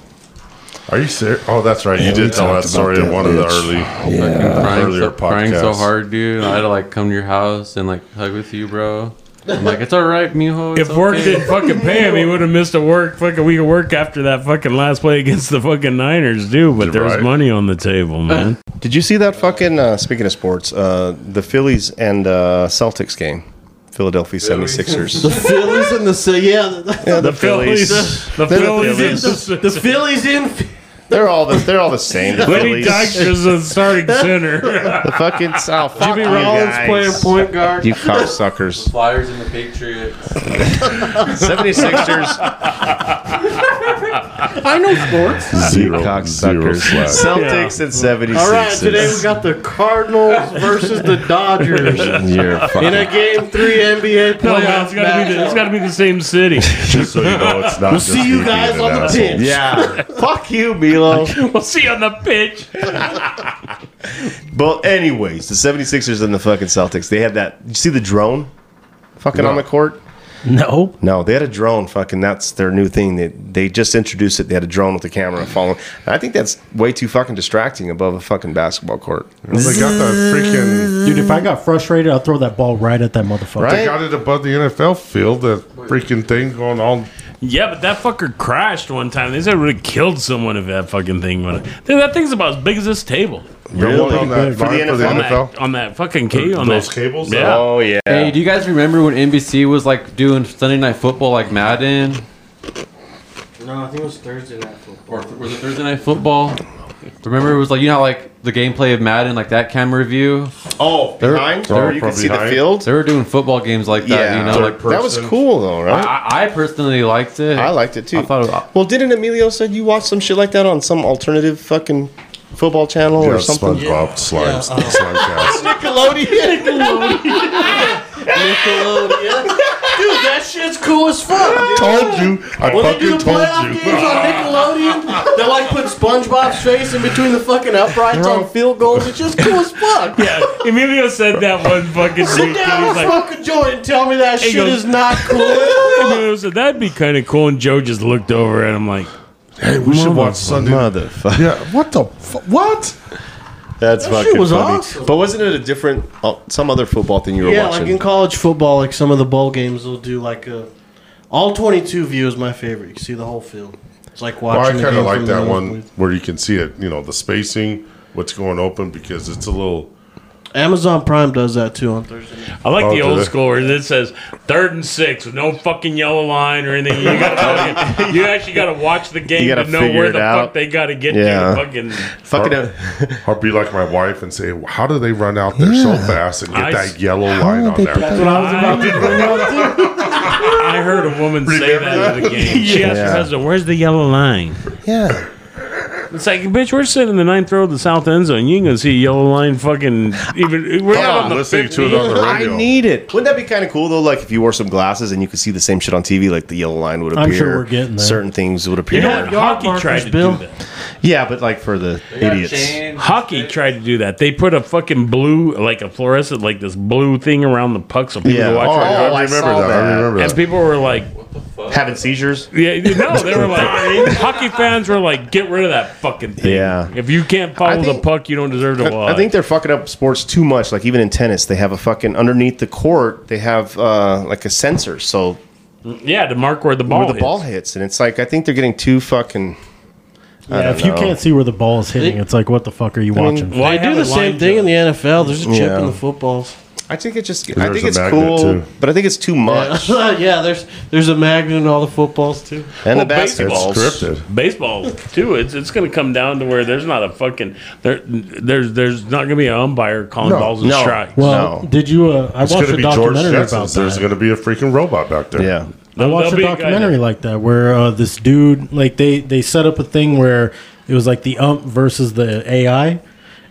K: Are you serious? Oh, that's right. you
L: Yeah, we
K: did tell
L: talked
K: that story
L: about
K: in
L: that,
K: one of the
L: bitch.
K: early,
L: Yeah.
P: Crying,
K: earlier
P: so, crying
K: podcasts.
P: so hard, dude. I had to like come to your house and like hug with you, bro. I'm like, it's all right, mijo. It's
J: If work
P: okay."
J: didn't fucking pay him, he would have missed a work fucking week of work after that fucking last play against the fucking Niners, dude. But
K: You're
J: there was
K: right.
J: money on the table, man.
L: Did you see that fucking? Uh, speaking of sports, uh, the Phillies and uh, Celtics game, Philadelphia 76ers.
N: The Phillies and the Sa- yeah,
L: Yeah,
J: The Phillies. The
L: They're
J: Phillies.
N: the, the Phillies in.
L: They're all the they're all the same. The
J: Lenny
L: Phillies.
J: Dykstra's the starting center.
L: The fucking South.
N: Jimmy Rollins playing point guard.
L: You cocksuckers.
P: Flyers and the Patriots.
L: 76ers.
N: I know sports.
K: Zero.
L: Cocksuckers.
K: Zero slash.
L: Celtics and 76ers.
N: All right, today we got the Cardinals versus the Dodgers
L: You're fucking.
N: in a game three NBA playoff.
J: No, man, it's gotta be the, it's gotta be the same city.
K: Just so you know, it's
N: We'll
K: not. just
N: see
K: me
N: you
K: being
N: guys
K: an
N: on the
K: asshole.
N: pitch.
L: yeah. Fuck you, Milo.
J: we'll see on the pitch.
L: But anyways, the 76ers and the fucking Celtics, they had that. You see the drone fucking
K: No.
L: on the court?
H: No.
L: No, they had a drone. Fucking, that's their new thing. They they just introduced it. They had a drone with a camera following. And I think that's way too fucking distracting above a fucking basketball court.
K: they got the freaking.
H: Dude, if I got frustrated, I'll throw that ball right at that motherfucker.
K: They got it above the NFL field. The freaking thing going on.
J: Yeah, but that fucker crashed one time. They said it would have killed someone if that fucking thing went. Dude, that thing's about as big as this table.
K: Really? one on that
J: For
K: farm for the
J: On that-
K: NFL?
J: on that fucking cable. On
K: Those
J: that,
K: cables?
J: Yeah.
K: Oh,
L: yeah.
P: Hey, do you guys remember when NBC was like doing Sunday Night Football like Madden
N: No, I think it was Thursday night football.
P: or th- was it Thursday Night Football? Remember it was like you know how, like the gameplay of Madden like that camera view.
L: Oh, behind? Where you could see the field?
P: They were doing football games like that.
L: Yeah.
P: you know,
L: Third
P: like
L: That was person. cool though, right?
P: I, I personally liked it.
L: I liked it too.
P: I thought it was,
L: Well, didn't Emilio said you watched some shit like that on some alternative fucking football channel
K: Yeah,
L: or something?
K: SpongeBob, slime, Slimecast.
N: Nickelodeon. Nickelodeon. Nickelodeon. Dude, that shit's cool as fuck. Dude.
K: Told you. I
N: when
K: fucking
N: they do the
K: told
N: playoff
K: you.
N: games on Nickelodeon, they like put SpongeBob's face in between the fucking uprights on field goals. It's just cool as fuck.
J: Yeah, Emilio said that one fucking
N: Sit
J: week.
N: down
J: He
N: and
J: was like,
N: smoke a joint and tell me that
J: Hey,
N: shit
J: goes-
N: is not cool.
J: Emilio said that'd be kind of cool, and Joe just looked over and I'm like,
K: Hey, we should watch Sunday.
L: Motherfucker.
K: Yeah, what the fuck? What?
L: That's
N: That shit
L: fucking
N: was
L: funny.
N: awesome.
L: But wasn't it a different, oh, some other football thing you were
N: yeah,
L: watching?
N: like in college football, like some of the bowl games will do like a all twenty-two view is my favorite. You see the whole field. It's like
K: Well, I
N: watching.
K: kind of like that one
N: one.
K: where you can see it, you know, the spacing, what's going open, because it's a little.
N: Amazon Prime does that too on Thursday.
J: I like
K: Oh,
J: the
K: do
J: old
K: they?
J: school where it says third and six with no fucking yellow line or anything. You got to you actually got to watch the game
L: gotta
J: to know
L: figure
J: where
L: it
J: the
L: out.
J: fuck they got to get
L: Yeah.
J: to. Fucking
L: Fucking
K: or, or be like my wife and say, "How do they run out there so fast and get
J: I
K: that
J: s-
K: yellow line on there?"
H: That's what I was about to bring up, too.
J: I heard a woman say that in the game. She asked her
L: Yeah.
J: husband, "Where's the yellow line?"
L: Yeah.
J: It's like, bitch, we're sitting in the ninth row of the south end zone. You ain't gonna see a yellow line, fucking. Even we're not on the
K: listening to it
J: 15.
K: on the radio.
L: I need it. Wouldn't that be kind of cool though? Like if you wore some glasses and you could see the same shit on TV, like the yellow line would appear.
H: I'm sure we're getting there.
L: Certain things would
J: You
L: appear.
J: know what? Hockey tried to do that.
L: Yeah, but like for the idiots.
J: Hockey tried to do that. They put a fucking blue, like a fluorescent, like this blue thing around the puck, so people
L: Yeah.
J: could watch.
K: Oh,
J: it.
K: I
L: I
K: remember
L: saw
K: that.
L: that.
K: I remember
J: And
K: that.
J: people were like,
L: Having seizures.
J: yeah, no, they were like, hockey fans were like, get rid of that fucking thing.
L: Yeah.
J: If you can't follow
L: I
J: the
L: think-
J: puck, you don't deserve to watch.
L: I think they're fucking up sports too much. Like even in tennis, they have a fucking underneath the court. They have uh, like a sensor, so
J: yeah, to mark where the ball
L: where the
J: hits.
L: ball hits, and it's like I think they're getting too fucking. I
H: Yeah,
L: don't
H: if you
L: know.
H: can't see where the ball is hitting, it's like, what the fuck are you watching?
J: Why
N: They do the
J: haven't
N: same
J: line
N: thing in the NFL. There's a chip
L: Yeah.
N: in the footballs.
L: I think it just. I
K: There's
L: think
K: a
L: it's
K: magnet,
L: cool,
K: too.
L: but I think it's too much.
N: yeah, there's there's a magnet in all the footballs too.
L: And
J: Well,
L: the basketballs.
K: Scripted.
J: Baseball too. It's it's going to come down to where there's not a fucking there. There's there's not going to be an umpire calling
K: No,
J: balls and
L: no.
J: strikes.
H: Well,
L: No.
H: did you? Uh, I
K: It's
H: watched
K: gonna
H: a
K: be George
H: documentary about
K: Jetson's. There's
H: that.
K: going to be a freaking robot back there.
L: Yeah.
H: I watched
J: There'll
H: a
J: be a guy
H: documentary
J: that-
H: like that where uh, this dude, like they they set up a thing where it was like the ump versus the AI,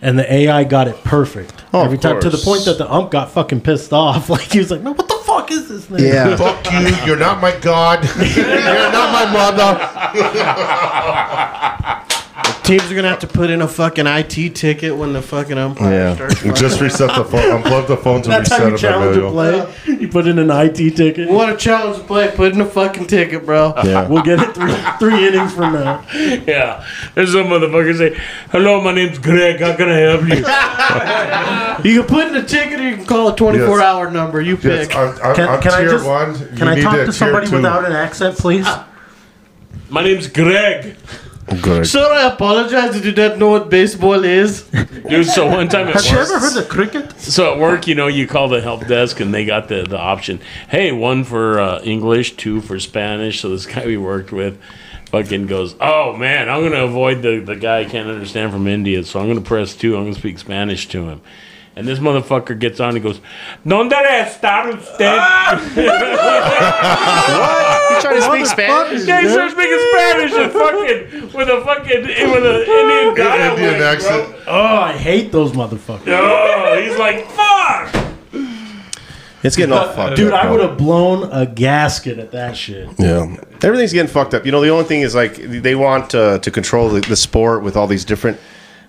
H: and the AI got it perfect
L: Oh, of
H: every time to the
L: course.
H: point that the ump got fucking pissed off. Like he was like, "Man, what the fuck is this?" Nigga?
L: Yeah.
K: Fuck you! You're not my god. You're not my mother.
N: Teams are gonna have to put in a fucking IT ticket when the fucking umpire
L: Yeah.
N: starts. playing.
K: Just reset the phone. Unplug the phone to
H: That's how you
K: reset it.
H: challenge a
K: Emilio.
H: play. You put in an IT ticket.
N: What a challenge to play! Put in a fucking ticket, bro.
L: Yeah.
H: We'll get it three, three innings from now.
J: Yeah, there's some motherfucker say, "Hello, my name's Greg. How can I help you?"
N: You can put in a ticket, or you can call a twenty-four
K: Yes.
N: hour number. You
K: Yes,
N: pick.
K: I'm, I'm,
H: Can,
K: I'm
H: can I
K: tier
H: just
K: one. You
H: can I
K: need
H: talk
K: a tier
H: to somebody
K: two.
H: without an accent, please?
J: my name's Greg.
L: Good.
N: Sir, I apologize. Did you not know what baseball is?
J: Dude, so one time at
H: Have you
J: work,
H: ever heard of cricket?
J: so at work, you know, you call the help desk and they got the, the option. Hey, one for uh, English, two for Spanish. So this guy we worked with fucking goes, oh man, I'm gonna avoid the the guy I can't understand from India, so I'm gonna press two. I'm gonna speak Spanish to him. And this motherfucker gets on and goes, "Donde está
H: Ah!
J: usted?"
L: You trying to speak Spanish?
J: Yeah, he starts speaking Spanish and fucking with a fucking with an Indian guy.
K: Indian accent.
H: Oh, I hate those motherfuckers,
J: Oh, he's like, fuck.
L: It's getting all fucked
H: dude.
L: up.
H: I would have blown a gasket at that shit.
L: Yeah, everything's getting fucked up. You know, the only thing is like they want uh, to control the, the sport with all these different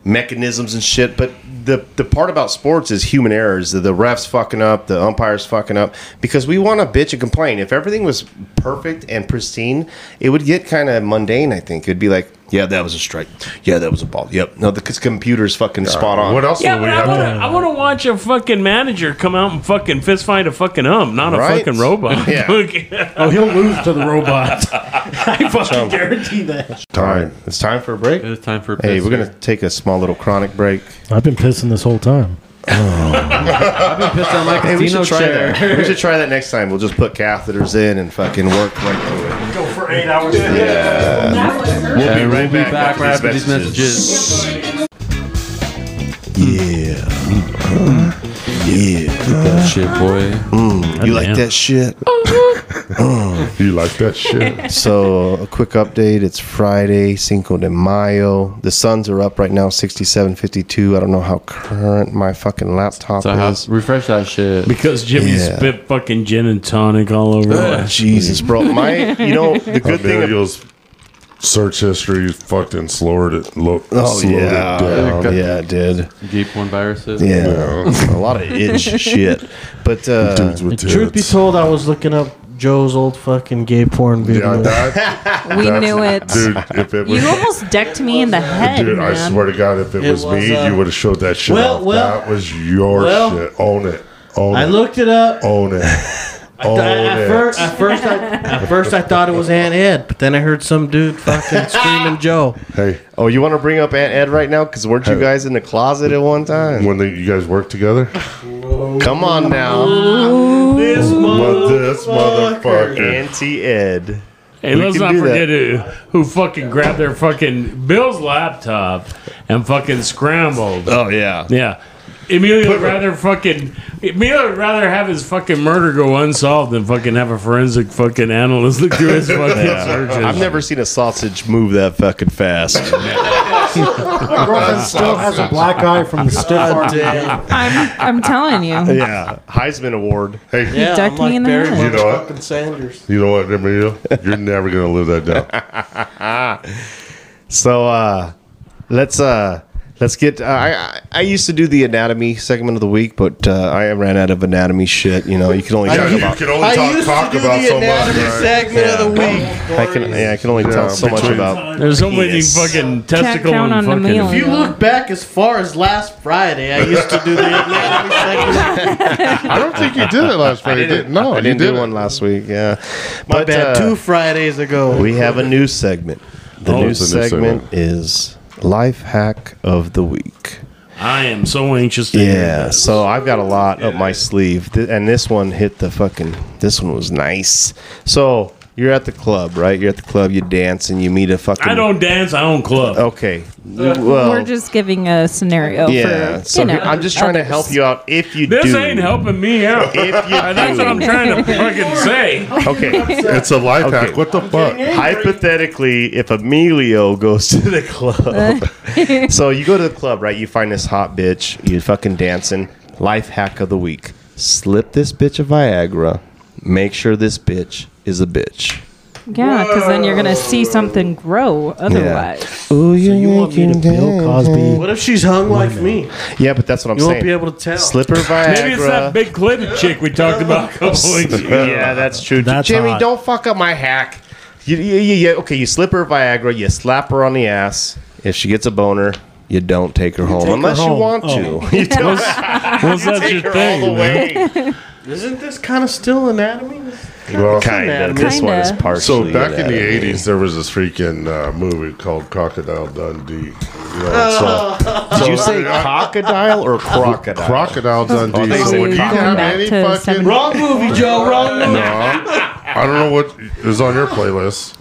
L: mechanisms and shit, but the the part about sports is human errors. The, the refs fucking up, the umpires fucking up, because we want to bitch and complain. If everything was perfect and pristine, it would get kind of mundane. I think it'd be like, yeah, that was a strike. Yeah, that was a ball. Yep. No, the 'cause computer's fucking spot on. What
J: yeah, but I wanna, I wanna watch a fucking manager come out and fucking fist fight a fucking ump, not
L: Right?
J: a fucking robot.
L: Yeah.
H: Oh, he'll lose to the robot. I fucking
L: Some-
H: guarantee that.
L: Time. It's time for a break. It's
P: time for a
L: Hey,
P: piss
L: we're
P: break.
L: gonna take a small little chronic break.
H: I've been pissing this whole time.
P: I've been pissed on my
L: Hey, we should
P: casino
L: try
P: chair.
L: that. We should try that next time. We'll just put catheters in and fucking work right through it.
H: Go for eight hours.
L: Yeah. We'll be
P: And
L: right back,
P: right after these messages.
L: Yeah. Yeah. Mm,
P: that shit, boy.
L: you like that shit?
K: you like that shit?
L: so, a quick update. It's Friday, Cinco de Mayo. The suns are up right now, 67.52. I don't know how current my fucking laptop
P: So I have
L: is.
P: to refresh that shit.
J: Because Jimmy
L: Yeah.
J: spit fucking gin and tonic all over.
L: Ugh,
J: us.
L: Jesus, bro. My, you know, the good
K: There
L: thing.
K: it goes. Search history fucking slowed it. Lo-
L: Oh,
K: slowed
L: yeah.
K: it down.
L: Yeah, it did.
P: G1 viruses.
L: Yeah. a lot of itch shit. But, uh,
K: Dudes with
N: Truth be
K: tits.
N: told, I was looking up Joe's old fucking gay porn video.
K: Yeah, that-
M: We
K: that's-
M: knew it.
K: Dude, if it was,
M: You almost decked me in the head,
K: dude, I
M: man.
K: swear to God, if it,
N: It
K: was,
N: was,
K: me,
N: uh,
K: you would have showed that shit
N: well,
K: off.
N: well,
K: that was your
N: well.
K: shit. Own it. Own
N: I
K: it.
N: looked it up.
K: Own it. Own
N: I- at,
K: it.
N: first, at first, I, at first I thought it was Aunt Ed, but then I heard some dude fucking screaming Joe.
K: Hey,
L: oh, you want to bring up Aunt Ed right now? Because weren't you guys in the closet at one time?
K: when they, you guys work together,
L: Come on now.
N: This
K: But this motherfucker.
L: Auntie Ed.
J: Hey,
L: We
J: let's
L: can
J: not
L: do that.
J: forget who, who fucking grabbed their fucking Bill's laptop and fucking scrambled.
L: Oh, yeah.
J: Yeah. Emilio would rather fucking Emilio would rather have his fucking murder go unsolved than fucking have a forensic fucking analyst look through his fucking
L: Yeah.
J: searches.
L: I've never seen a sausage move that fucking fast.
H: My girlfriend still has a black eye from the stiff arm.
M: I'm, I'm telling you.
L: yeah, Heisman Award.
K: Hey,
M: Yeah, I'm Decked me like in the Barry head.
K: You know what?
N: Fucking Sanders.
K: You know what, Emilio? You're never gonna live that down.
L: So uh, let's uh, let's get. Uh, I I- I used to do the anatomy segment of the week, but uh, I ran out of anatomy shit. You know, you can only
K: Yeah,
L: talk
K: you
L: about.
K: can only talk, talk about so much. Right?
N: segment
L: of the
N: week.
L: I can yeah, I can only
K: Yeah,
L: talk so much
K: between-
L: about.
J: There's so many
L: Yes.
J: fucking testicle
M: count
J: and
M: on
J: fucking.
M: Emilio.
N: If you look back as far as last Friday, I used to do the anatomy segment.
K: I don't think you did it last Friday. did you?
J: Oh,
K: No,
L: I
K: you
L: didn't
K: didn't.
L: do one last week. Yeah,
N: My
L: But,
N: bad.
L: uh,
N: Two Fridays ago.
L: we have a new segment. The
K: Oh,
L: new
K: it's a new
L: segment
K: segment.
L: is life hack of the week.
J: I am so anxious to hear
L: Yeah, so I've got a lot up my sleeve, Th- and this one hit the fucking. This one was nice. So you're at the club, right? You're at the club. You dance and you meet a fucking.
J: I don't Uh, dance. I don't club.
L: Okay. Well,
M: We're just giving a scenario
L: yeah.
M: for,
L: so
M: you know,
L: here- I'm just trying to
M: others.
L: help you out if you
J: This
L: do.
J: ain't helping me out.
L: If you
J: And that's what I'm
L: do.
J: trying to fucking say.
L: Okay.
K: It's a life
L: Okay.
K: hack. What the fuck?
L: Hypothetically, if Emilio goes to the club, so you go to the club, right? You find this hot bitch. You fucking dancing. Life hack of the week: slip this bitch a Viagra. Make sure this bitch is a bitch.
M: Yeah, because then you're gonna see something grow otherwise.
H: So
L: Oh,
H: you want me to Bill Cosby?
N: What if she's hung like me?
L: Yeah, but that's what I'm
N: You
L: saying.
N: won't be able to tell.
L: Slip her Viagra.
J: Maybe it's that big clip chick we talked about a couple weeks ago.
L: yeah, that's true.
H: That's
L: Jimmy,
H: hot.
L: don't fuck up my hack. You, you, you, you- okay, you slip her Viagra, you slap her on the ass. If she gets a boner, you don't take her home
H: her
L: unless you
H: home.
L: want
H: Oh.
L: to. You don't
J: What's that
L: take
J: your
L: her all the
J: thing? man?
L: way.
N: Isn't this kind of still anatomy?
K: Well,
L: kind of.
N: Kinda.
L: This one is
M: Kinda.
L: partially.
K: so back in the
L: that.
K: '80s, there was this freaking uh, movie called Crocodile Dundee. You know,
M: Oh.
K: so,
L: Did you say crocodile or crocodile?
K: Crocodile Dundee.
L: I thought you
K: so
L: said
K: when you
L: cock.
K: have
M: Back
K: any
M: to
K: fucking
M: 70.
N: Wrong movie, Joe. Wrong movie.
K: No, I'm- I don't know what is on your playlist.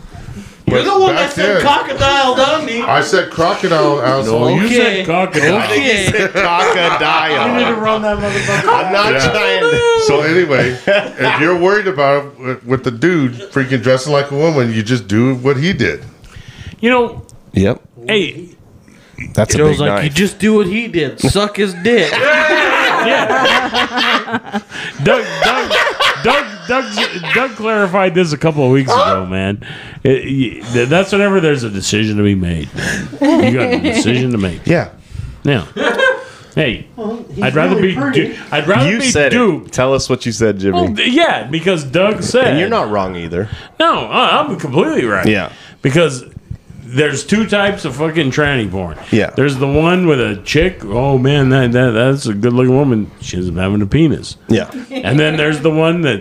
N: You're
K: But
N: the one that
K: back
N: said
K: then,
N: crocodile Dundee.
K: I said crocodile. Asshole.
J: You
N: Okay.
J: said crocodile.
N: Okay.
L: crocodile.
N: run that motherfucker.
L: I'm not
K: Yeah.
L: trying. to-
K: So anyway, if you're worried about it with- with the dude freaking dressing like a woman, you just do what he did.
J: You know,
L: Yep,
J: hey,
L: that's a
N: Joe's
L: big
N: like,
L: knife.
N: you just do what he did. Suck his dick.
J: Doug, Doug, Doug, Doug, Doug clarified this a couple of weeks ago, man. It- you- th- that's whenever there's a decision to be made. You got a decision to make.
L: yeah.
J: Now, Hey,
N: Well, he's
J: I'd rather
N: really
J: be.
N: pretty.
J: Du- I'd rather
L: you
J: be Oh,
L: said
J: Duke.
L: it. Tell us what you said, Jimmy.
J: Well, d- yeah, because Doug said.
L: and you're not wrong either.
J: No, I- I'm completely right.
L: Yeah.
J: Because there's two types of fucking tranny porn.
L: Yeah.
J: There's the one with a chick. Oh man, that, that that's a good looking woman. She ends up having a penis.
L: Yeah.
J: And then there's the one that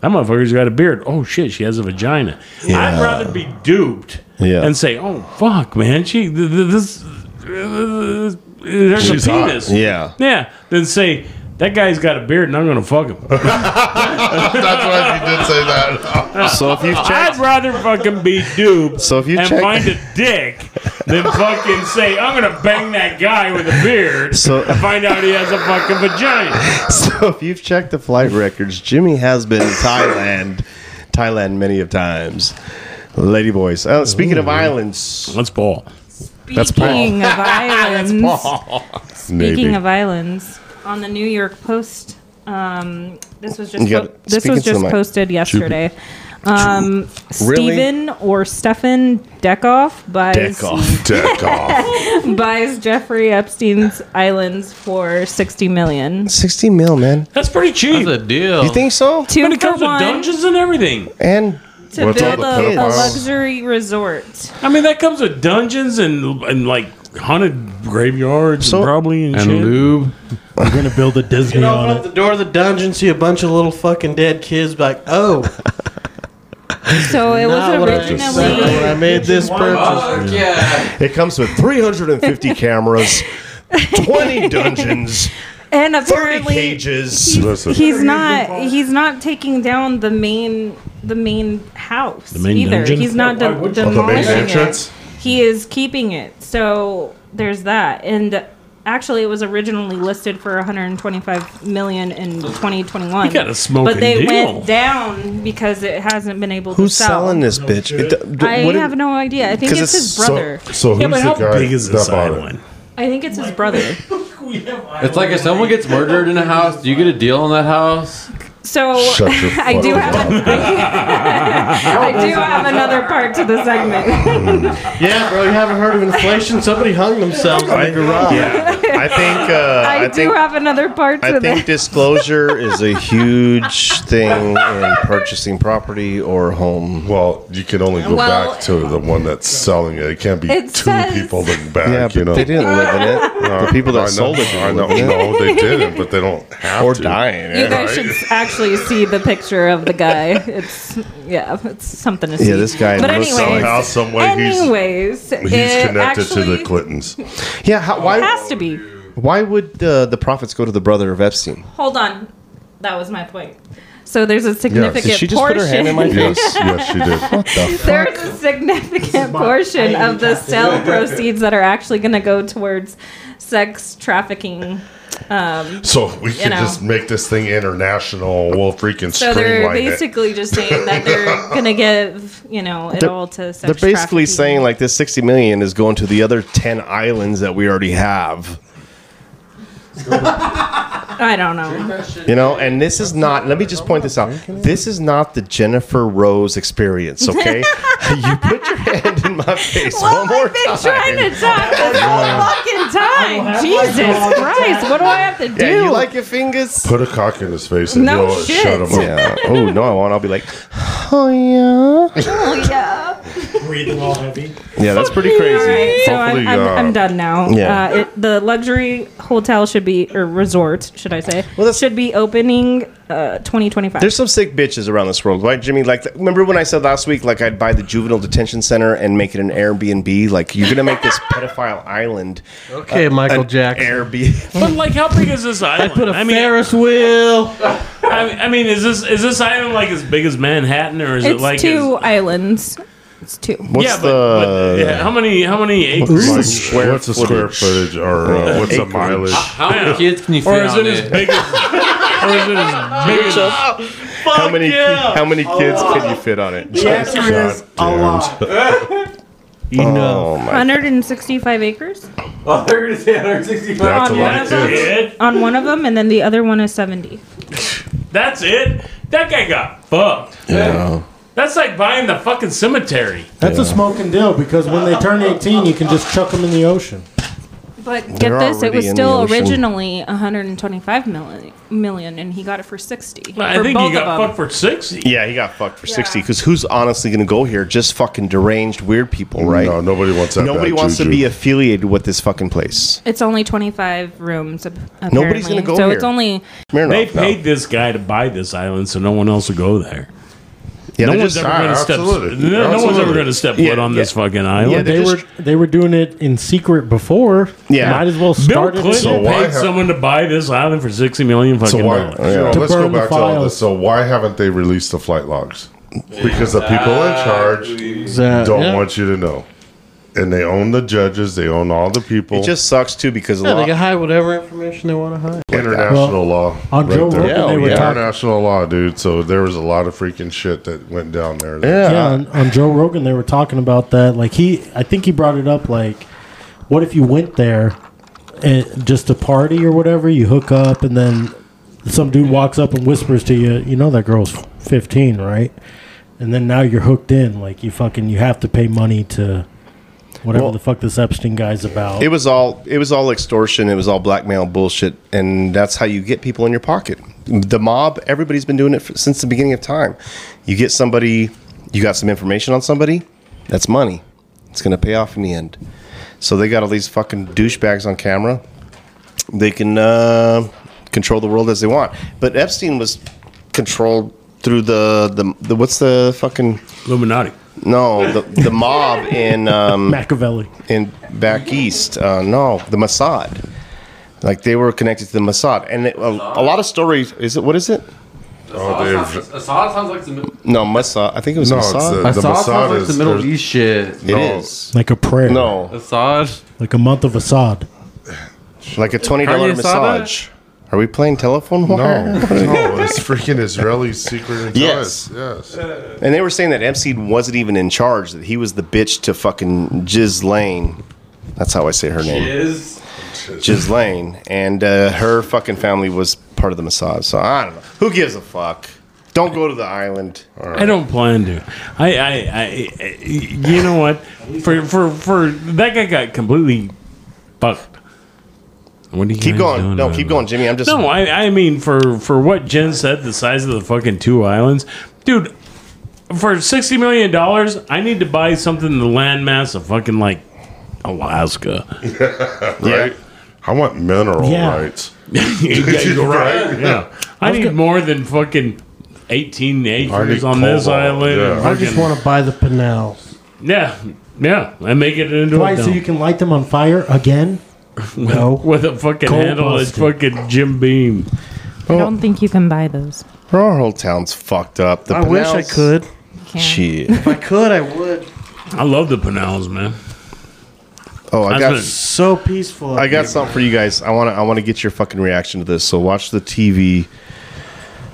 J: that motherfucker's got a beard. Oh shit, she has a vagina. I'd
L: Yeah.
J: rather be duped.
L: Yeah.
J: And say, oh fuck, man, she th- th- this uh, there's
L: She's
J: a
L: hot.
J: penis.
L: Yeah.
J: Yeah. Then say. That guy's got a beard, and I'm gonna fuck him. That's
K: why you did say that.
L: So if you've
J: I'd rather fucking be duped
L: So if you
J: and
L: check-
J: find a dick than fucking say I'm gonna bang that guy with a beard
L: So-
J: and find out he has a fucking vagina.
L: So if you've checked the flight records, Jimmy has been in Thailand, Thailand many of times. Lady boys. Uh, speaking of islands,
J: let's ball.
L: That's Paul.
M: Speaking of islands. Speaking
L: Maybe.
M: of islands, on the New York Post, um, this was just
L: You gotta
M: po- this
L: speak
M: was
L: into the
M: just
L: mic.
M: posted yesterday. Um,
L: Really?
M: Stephen or Stefan Deckoff buys
K: Deck off.
M: buys Jeffrey Epstein's islands for sixty million.
L: Sixty mil, man.
J: That's pretty cheap.
P: That's a deal.
L: You
M: Oh.
L: think so?
M: Two
J: when it
M: for
J: comes
M: one.
J: to dungeons and everything.
L: And
M: to build a, a luxury resort.
J: I mean, that comes with dungeons and and like haunted graveyards, and probably and,
P: and
J: shit.
P: lube.
H: We're gonna build a Disney
N: You
H: on
N: open
H: it.
N: up the door of the dungeon, see a bunch of little fucking dead kids, be like, oh,
M: So it
N: not what I
M: was
N: expected
M: originally
N: when I made this purchase.
L: It comes with 350 cameras, 20 dungeons,
M: and
L: 30
M: apparently
L: cages.
M: he's not he's not taking down the main the main house
L: The main
M: either.
L: dungeon?
M: He's not
L: Yeah,
M: de-
L: why would you? Oh, the main
M: demolishing
L: entrance?
M: it. He is keeping it. So there's that. And actually, it was originally listed for 125 million in 2021.
J: You got a smoking
M: But they
J: deal.
M: went down because it hasn't been able
L: Who's
M: to sell.
L: selling this bitch? It- d- d-
M: I
L: what did-
M: have no idea. I think
L: 'Cause
M: it's, his brother.
K: So, so
J: Yeah,
K: who's
J: but how
K: the guy
J: big is
K: that
J: this
K: bought it?
M: I think it's his brother.
P: It's like if someone gets murdered in a house, do you get a deal on that house?
M: So
P: Shut your
M: I do have
P: fucking
M: I do have another part to the segment.
N: Yeah, bro, you haven't heard of inflation? Somebody hung themselves in the garage.
L: Yeah. I think uh,
M: I,
L: I,
M: do
L: think
M: have another part to
L: I think
M: that.
L: disclosure is a huge thing in purchasing property or home.
K: Well, you can only go
M: Well-
K: back to the one that's selling it. It can't be
M: It
K: two
M: says-
K: people looking back.
L: Yeah,
K: you
L: but
K: know
L: they didn't live in it.
K: Uh,
L: The people
K: I
L: that
K: know-
L: sold it
K: I
L: didn't
K: know,
L: live in it.
K: no, they didn't, but they don't have
L: Or
K: to.
L: dying,
M: You guys should actually see the picture of the guy. It's yeah, it's something to see.
L: Yeah, this guy
M: But
L: looks
M: anyways,
K: somehow, some way, he's
M: anyways,
K: he's
M: it
K: connected to
M: actually
K: the Clintons.
L: Yeah, how, why
M: has to be.
L: why would uh, the profits go to the brother of Epstein?
M: Hold on, that was my point. So there's a significant
L: Did she just
M: portion.
L: put her hand in my face?
K: yes, she did. What the
M: There's a significant portion of the sale proceeds that are actually going to go towards sex trafficking. Um,
K: So we
M: You
K: could
M: know.
K: just make this thing international. We'll freaking
M: so they're
K: streamline
M: basically just saying that they're going to give, you know, it
L: They're-
M: all to sex
L: They're basically
M: trafficking.
L: saying like this 60 million is going to the other 10 islands that we already have.
M: I don't know.
L: You know, and this is not, let me just point this out. This is not the Jennifer Rose experience, okay? you put your hand in my face one more
M: I've been
L: time.
M: trying to talk this whole fucking time. Jesus Christ, what do I have to do?
L: Yeah, you like your fingers?
K: it. Put a cock in his face and
M: No
K: he'll
M: shit.
K: shut him up.
L: Yeah. Oh, no, I won't. I'll be like, oh, yeah.
M: Oh, yeah.
J: Breathing all heavy.
L: Yeah, that's pretty
M: All
L: crazy.
M: right, so I'm,
L: Hopefully,
M: I'm,
L: uh,
M: I'm done now.
L: yeah.
M: Uh, it, the luxury hotel should be, or resort, should I say, well, should be opening uh, 2025.
L: There's some sick bitches around this world, right, Jimmy? Like, remember when I said last week, like I'd buy the juvenile detention center and make it an Airbnb? Like, you're gonna make this pedophile island. uh,
N: Okay, Michael Jackson.
L: Airbnb.
J: But like, how big is this island? I
N: put a
J: mean,
N: Ferris wheel.
J: I, I mean, is this is this island like as big as Manhattan, or is
M: it's
J: it like
M: two islands. It's two.
L: What's
J: yeah,
L: the
J: but, but yeah, how many how many acres?
L: square
K: what's the square footage or uh, what's the
L: Acreage.
K: mileage?
P: How many kids can you fit
J: Or is
P: on
J: it as
P: it?
J: big as? or is it as big as?
L: how many how many kids can you fit on it?
K: God damn.
L: Oh my!
M: 165 acres
P: Oh, they're gonna say 165.
K: That's a lot of kids.
J: It?
M: on one of them, and then the other one is 70.
J: That's it. That guy got fucked.
L: Yeah.
J: That's like buying the fucking cemetery.
H: That's a smoking deal because when they turn 18, you can just chuck them in the ocean.
M: But
L: They're
M: get this, it
L: already
M: was
L: in
M: still
L: the ocean.
M: originally 125 million, million, and he got it for 60.
J: I
M: for
J: think
M: both
J: he got
M: of 'em.
J: fucked for sixty.
L: Yeah, he got fucked for sixty. Because who's honestly going to go here? Just fucking deranged, weird people, right? No,
K: nobody wants that
L: Nobody
K: bad
L: wants to
K: juju.
L: be affiliated with this fucking place.
M: It's only 25 rooms. ap- Apparently.
L: Nobody's gonna go
M: So
L: here.
M: it's only.
J: they
L: Smirnoff, no.
J: paid this guy to buy this island, so no one else will go there.
L: Yeah,
J: no
L: they're
J: one's
L: just-
J: ever going
L: ah,
J: to step. No,
L: absolutely.
J: no one's ever
L: Absolutely.
J: going to step
L: Yeah,
J: foot on this
L: yeah.
J: fucking
H: Yeah,
J: island.
H: they were they were doing it in secret before. might as well
J: Bill
H: start
J: Clinton
H: it. in-
J: paid someone to buy this island for sixty million fucking
K: So why?
J: dollars.
K: you know,
H: To
K: let's go
H: burn the
K: back to all this.
H: files.
K: So why haven't they released the flight logs? Because the people in charge
H: Exactly.
K: don't
H: Yeah.
K: want you to know, and they own the judges. They own all the people.
L: It just sucks too because
N: Yeah, they can hide whatever information they want to hide.
K: international law.
H: on Joe
K: there.
H: Rogan, they were talking-
K: international law, dude. So there was a lot of freaking shit that went down there.
H: Yeah, on, on Joe Rogan, they were talking about that. Like he, I think he brought it up. Like, what if you went there, and just to party or whatever? You hook up, and then some dude walks up and whispers to you, "You know that girl's fifteen, right?" And then now you're hooked in. Like you fucking, you have to pay money to whatever
L: Well-
H: the fuck this Epstein guy's about.
L: It was all it was all extortion. It was all blackmail bullshit, and that's how you get people in your pocket. The mob, everybody's been doing it for, since the beginning of time. You get somebody, you got some information on somebody, that's money. It's going to pay off in the end. So they got all these fucking douchebags on camera. They can uh, control the world as they want. But Epstein was controlled through the the, the what's the fucking
J: Illuminati.
L: No, the, the mob in um,
H: Machiavelli
L: in back east. Uh, no, the Mossad. Like they were connected to the Mossad, and it, a, a lot of stories. Is it what is it?
P: Assad sounds, Assad sounds like some.
L: No, Mossad. I think it was
P: No, it's
L: Mossad.
P: the- the Assad sounds Mossad like is- the Middle there's- East shit.
L: It is
P: No.
H: like a prayer.
L: No,
P: Assad.
H: like a month of Assad.
L: Like a twenty dollar
K: Kanye Sada?
L: massage. Are we playing telephone?
K: No,
L: wire?
K: no, it's freaking Israeli secret intelligence.
L: Yes.
K: Yes.
L: And they were saying that MC wasn't even in charge; that he was the bitch to fucking Jiz Lane. That's how I say her name. Jiz Lane, and uh, her fucking family was part of the Mossad. So I don't know. Who gives a fuck? Don't go to the island.
J: I don't plan to. I, I, I, I- you know what? For, for, for that guy got completely fucked. What do you
L: Keep
J: guys
L: going.
J: doing
L: No,
J: over
L: keep
J: there?
L: going, Jimmy. I'm just-
J: no. I, I mean, for for what Jen said, the size of the fucking two islands, dude. For sixty million dollars, I need to buy something in the landmass of fucking like Alaska.
K: right? I want mineral
J: Yeah.
K: rights.
J: yeah, you're right.
K: Right?
J: Yeah. I need more than fucking 18 acres on this
N: cobalt,
J: island.
N: yeah.
J: and
N: I just
J: fucking-
N: want to buy the Pinellas.
J: Yeah, yeah, and make it into
H: Why?
J: a
H: So you can light them on fire again? No.
J: with a fucking
H: Cold
J: handle as
H: busted.
J: fucking Jim Beam.
M: I don't think you can buy those.
L: Our whole town's fucked up. The
N: I wish I
L: Pinellas-
N: could.
L: Shit.
N: If I could, I would.
J: I love the Pinellas, man.
L: Oh, I
J: That's
L: got
J: been-
N: So peaceful.
L: I got something for you guys. I want to I want to get your fucking reaction to this. So watch the TV.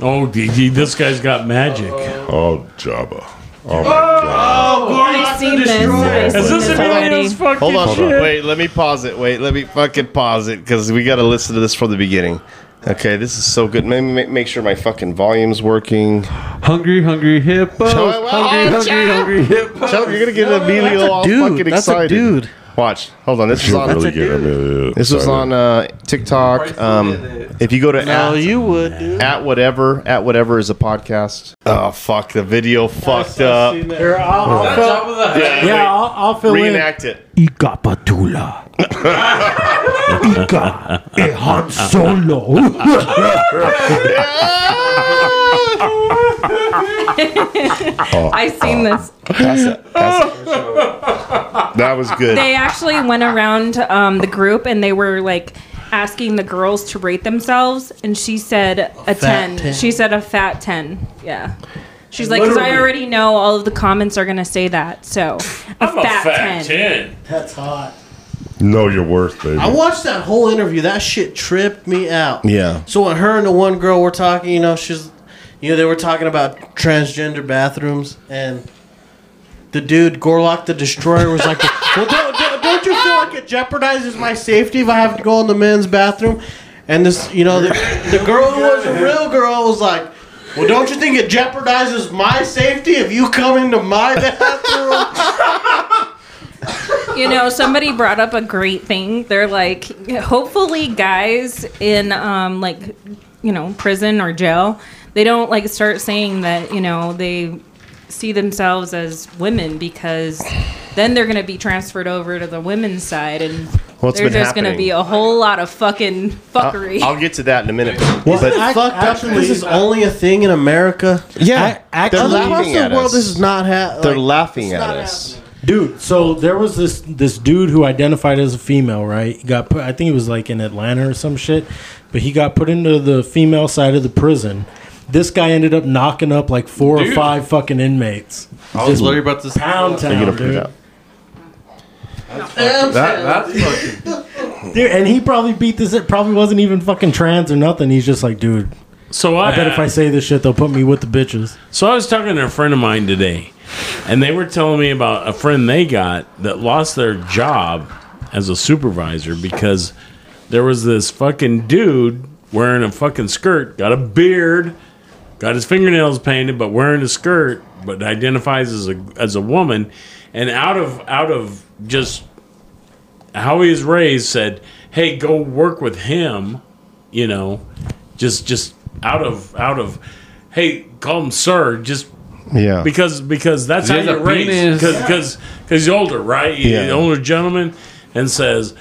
J: Oh, d- d- this guy's got magic.
K: Oh, Jabba. Oh,
J: Oh,
M: I've seen this. I've
J: Is
M: seen
J: this
M: this
J: Emilio's
M: already.
J: fucking
L: Hold on.
J: shit?
L: Wait, let me pause it. Wait, let me fucking pause it because we got to listen to this from the beginning. Okay, this is so good. Let me ma- make sure my fucking volume's working.
P: Hungry, hungry hippos.
L: Hungry, hungry, hungry hippos. you're gonna get Emilio all fucking excited. dude. Watch. Hold on. This is on. This was on uh, TikTok. Um, if you go to
N: No,
L: at,
N: you would, dude.
L: at whatever at whatever is a podcast. Oh fuck, the video fucked up.
H: Here, I'll, I'll fill- yeah,
L: wait.
H: I'll, I'll fill
L: Reenact
H: in.
L: it.
H: Igapatula. Iga e Han Solo.
M: I've seen
L: Oh.
M: this.
L: That was good.
M: They actually went around um, the group and they were like asking the girls to rate themselves, and she said a, 10.
N: 10.
M: She said a fat 10. Yeah. She's like, because I
N: Literally.
M: already know all of the comments are going to say that. So, a
J: I'm a
M: fat,
J: fat
M: 10.
J: ten.
N: That's hot.
K: Know your worth, baby.
N: I watched that whole interview. That shit tripped me out.
K: Yeah.
N: So when her and the one girl were talking, you know, she's, you know, they were talking about transgender bathrooms, and the dude Gorlock the Destroyer was like, "Well, don't, don't, don't you feel like it jeopardizes my safety if I have to go in the men's bathroom?" And this, you know, the, the girl who was a real girl was like. Well, don't you think it jeopardizes my safety if you come into my bathroom?
M: you know, somebody brought up a great thing. They're like, hopefully, guys in um, like, you know, prison or jail, they don't like start saying that you know they see themselves as women because then they're gonna be transferred over to the women's side and
L: Well, it's
M: there's
L: been
M: just gonna
L: happening.
M: be a whole lot of fucking
J: Uh,
M: fuckery.
L: I'll get to that in a minute.
N: Well,
L: but
N: fucked up. This
H: uh,
N: is only a thing in America.
L: Yeah,
N: I,
L: they're
N: other
L: laughing
N: parts of
L: at
N: the world.
L: us.
N: This is not happening.
L: they're laughing at us.
H: Dude, so there was this this dude who identified as a female, right? He got put I think he was like in Atlanta or some shit, but he got put into the female side of the prison. This guy ended up knocking up like four or
P: Dude.
H: five fucking inmates.
P: I was
H: Just
P: literally about to
H: pound
P: They get
H: town,
P: up and
H: dude.
P: out. That, that's fucking.
H: Dude, and he probably beat this. It probably wasn't even fucking trans or nothing. He's just like, dude.
J: So
H: I,
J: I-
H: bet if I say this shit, they'll put me with the bitches.
J: So I was talking to a friend of mine today, and they were telling me about a friend they got that lost their job as a supervisor because there was this fucking dude wearing a fucking skirt, got a beard, got his fingernails painted, but wearing a skirt, but identifies as a as a woman, and out of out of just how he was raised said, "Hey, go work with him," you know, just just out of out of, hey, call him sir, just
L: Yeah.
J: because because that's
L: He
J: how
L: has a
J: you're raised
L: penis.
J: because
L: Yeah.
J: because he's older, right? He's
L: Yeah.
J: an older gentleman, and says,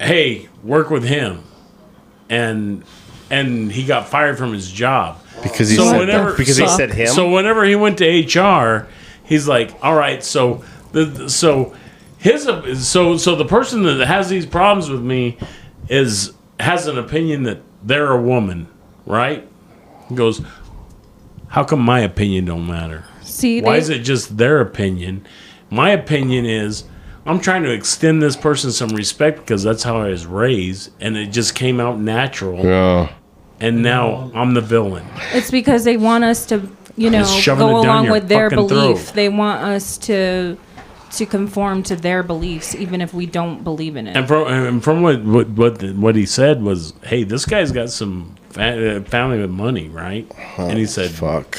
J: "Hey, work with him," and and he got fired from his job
L: Because he said- because he
J: so-
L: said him?
J: So whenever he went to HR, he's like, "All right, so the so his so so the person that has these problems with me is has an opinion that they're a woman, right?" He goes, "How come my opinion don't matter?
M: See,
J: why
M: they-
J: is it just their opinion? My opinion is." I'm trying to extend this person some respect because that's how I was raised, and it just came out natural.
L: Yeah.
J: And now I'm the villain.
M: It's because they want us to, you know,
J: Just shoving
M: go
J: it down
M: along
J: your
M: with their
J: fucking
M: belief.
J: throat.
M: They want us to to conform to their beliefs, even if we don't believe in it.
J: And from and from what what what, what he said was, hey, this guy's got some fa- uh, family with money, right? and he said,
L: fuck,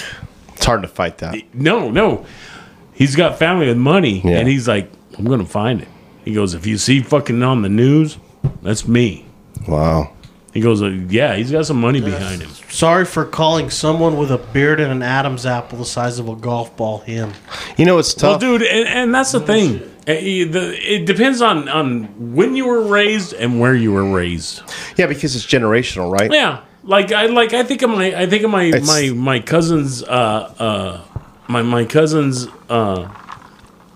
L: it's hard to fight that.
J: No, no, he's got family with money,
L: Yeah.
J: and he's like, I'm gonna find it. He goes, if you see fucking on the news, that's me.
L: Wow.
J: He goes, "Uh, yeah, he's got some money behind him.
N: Sorry for calling someone with a beard and an Adam's apple the size of a golf ball him.
L: You know it's
J: Well, dude, and, and that's the thing. Uh, e- the- It depends on, on when you were raised and where you were raised.
L: Yeah, because it's generational, right?
J: Yeah, like I like I think of my I think of my
L: It's-
J: my my cousin's uh uh my my cousin's uh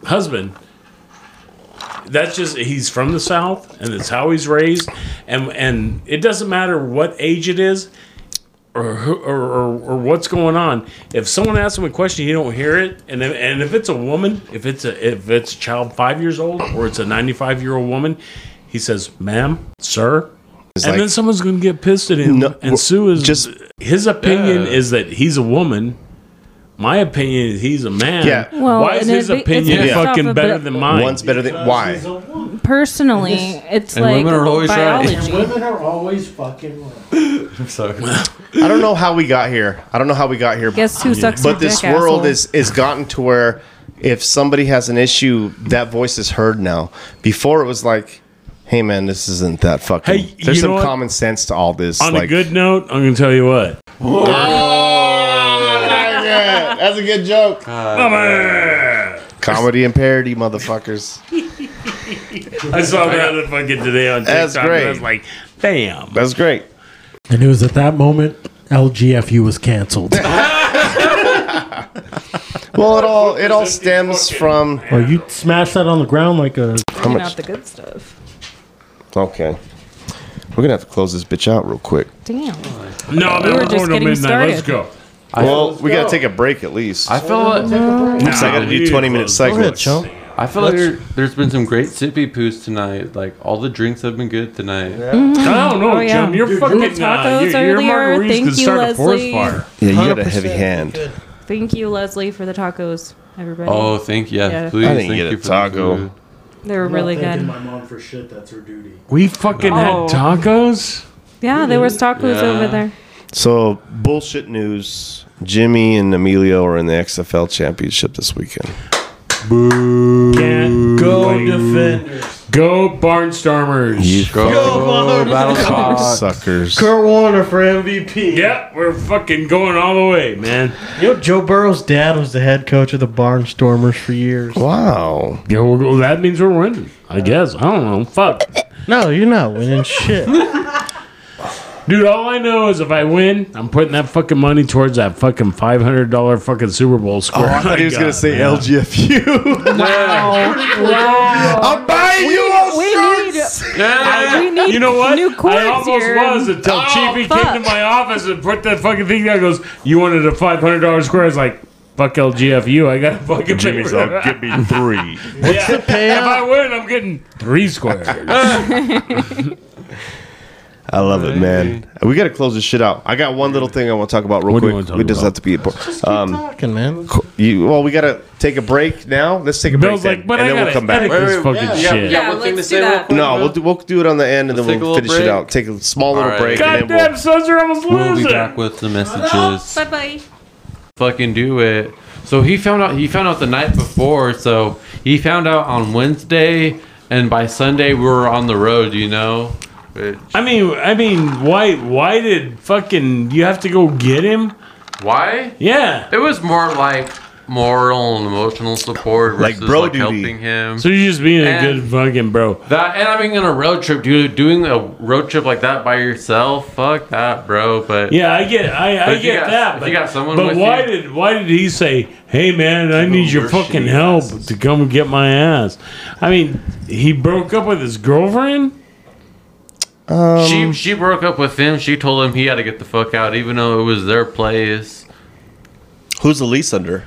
J: husband. That's just he's from the south and it's how he's raised, and and it doesn't matter what age it is. Or, who- or, or, or what's going on? If someone asks him a question, he don't hear it, and if, and if it's a woman, if it's a if it's a child five years old or it's a ninety five year old woman, he says, "Ma'am, sir,"
L: It's
J: and
L: like-
J: then someone's going to get pissed at him. and Sue is just his opinion
L: Yeah.
J: is that he's a woman. My opinion is he's a man.
L: Yeah.
M: Well,
J: why is
M: and
J: his
M: it- it's
J: opinion
M: based off
J: fucking
M: of
J: better
M: the-
J: than mine?
L: One's better than why?
M: Personally, it's
J: And
M: like
J: women are always right.
M: biology.
H: Women are always fucking.
L: I'm sorry. I don't know how we got here. I don't know how we got here.
M: Guess who sucks
L: But
M: your
L: this
M: dick,
L: world
M: asshole?
L: is is gotten to where if somebody has an issue, that voice is heard now. Before it was like, hey man, this isn't that fucking.
J: Hey, you
L: there's
J: know
L: some
J: what?
L: common sense to all this.
J: On
L: like,
J: a good note, I'm going to tell you what.
L: That's a good joke. comedy and parody, motherfuckers.
J: I saw that other fucking today on TikTok.
L: That's
J: And I was
L: great.
J: like, damn.
L: That's great.
H: And it was at that moment LGFU was canceled.
L: Well, it all it all stems from.
H: or you smashed that on the ground like a.
L: How much?
M: Not the good stuff.
L: Okay, we're gonna have to close this bitch out real quick.
M: Damn.
J: No,
M: We
J: man,
M: were
J: we're
M: just
J: going to
M: getting
J: midnight. Let's
M: started.
J: go.
L: well, we gotta take a break at least.
P: I feel like
L: Looks like I gotta do 20 minute segments.
P: I feel like there, there's been some great sippy poos tonight. Like all the drinks have been good tonight.
M: Mhm.
J: I don't know,
M: Oh, yeah.
J: Jim. You're
M: Dude,
J: fucking
M: the
J: uh,
M: tacos
J: your, your
M: earlier.
J: margaritas
M: Thank
J: could
M: you,
J: start a forest
M: Leslie.
J: fire.
L: Yeah, you had a heavy hand.
M: Thank you, Leslie, for the tacos, everybody.
P: Oh, thank yeah,
M: Yeah.
P: please.
L: I didn't
P: thank
L: get a
P: you for the
L: taco.
P: food.
M: They were really good.
H: My mom for shit. That's her duty.
J: We fucking
M: Oh.
J: had tacos?
M: Yeah, there was tacos
L: Yeah.
M: over there.
L: So bullshit news. Jimmy and Emilio are in the XFL championship this weekend.
J: Can't go
N: defenders.
J: Go Barnstormers.
N: Go Go Barnstormers. Battlehawks.
L: Suckers.
N: Kurt Warner for MVP.
J: Yeah, we're fucking going all the way, man.
N: You know, Joe Burrow's dad was the head coach of the Barnstormers for years.
L: Wow.
J: Yeah, well, well, that means we're winning. I guess. I don't know. Fuck.
N: No, you're not winning shit.
J: Dude, all I know is if I win, I'm putting that fucking money towards that fucking five hundred dollar fucking Super Bowl
P: Oh,
J: score.
L: Oh, I thought he was gonna say LGFU.
J: I'll buy
L: you
M: we need,
J: Yeah.
M: we need
J: you know what?
M: new cords
J: I almost
M: here.
J: was until
M: Oh,
J: Chiefy
M: fuck.
J: came to my office and put that fucking thing down. Goes, you wanted a five hundred dollar square? I was like, fuck LGFU. I got a fucking
K: Jimmy's
J: paper.
K: like, give me three.
J: What's the payout? If I win, I'm getting three squares.
L: I love it, man. We got to close this shit out. I got one little thing I want to talk about real quick. We just have to be important. Um,
N: talking, man.
L: You, well, we got to take a break now. Let's take a
J: Bill's like,
L: break then,
J: but
L: and
J: I
L: then we'll
J: gotta
L: come back.
J: edit this fucking Yeah, yeah, shit. yeah,
E: one thing to say real quick,
L: No,
E: Bill.
L: we'll do, we'll do it on the end, and then
E: Let's take a
L: we'll
E: little
L: finish it
E: break.
L: out. Take a small little
E: All right.
L: break.
J: God
L: and then
J: damn, sons are almost
P: We'll be
J: losing.
P: back with the messages.
M: Bye bye.
P: Fucking do it. So he found out. He found out the night before. So he found out on Wednesday, and by Sunday we were on the road. You know. It-
J: I mean, I mean, why? Why did fucking you have to go get him?
P: Why?
J: Yeah.
P: It was more like moral and emotional support
J: Like
P: versus like,
J: bro duty.
P: helping him.
J: So you're just being
P: And-
J: a good fucking bro.
P: That and I mean on a road trip, dude. Doing a road trip like that by yourself, fuck that, bro. But
J: Yeah, I get,
P: But
J: I, I
P: if you
J: get
P: got-
J: that.
P: if
J: But,
P: you got someone
J: but
P: with
J: why
P: you-
J: did why did he say, "Hey man, I need your fucking help to come and get my ass"? I mean, he broke up with his girlfriend. Um,
P: she she broke up with him. She told him he had to get the fuck out, even though it was their place.
L: Who's the lease under?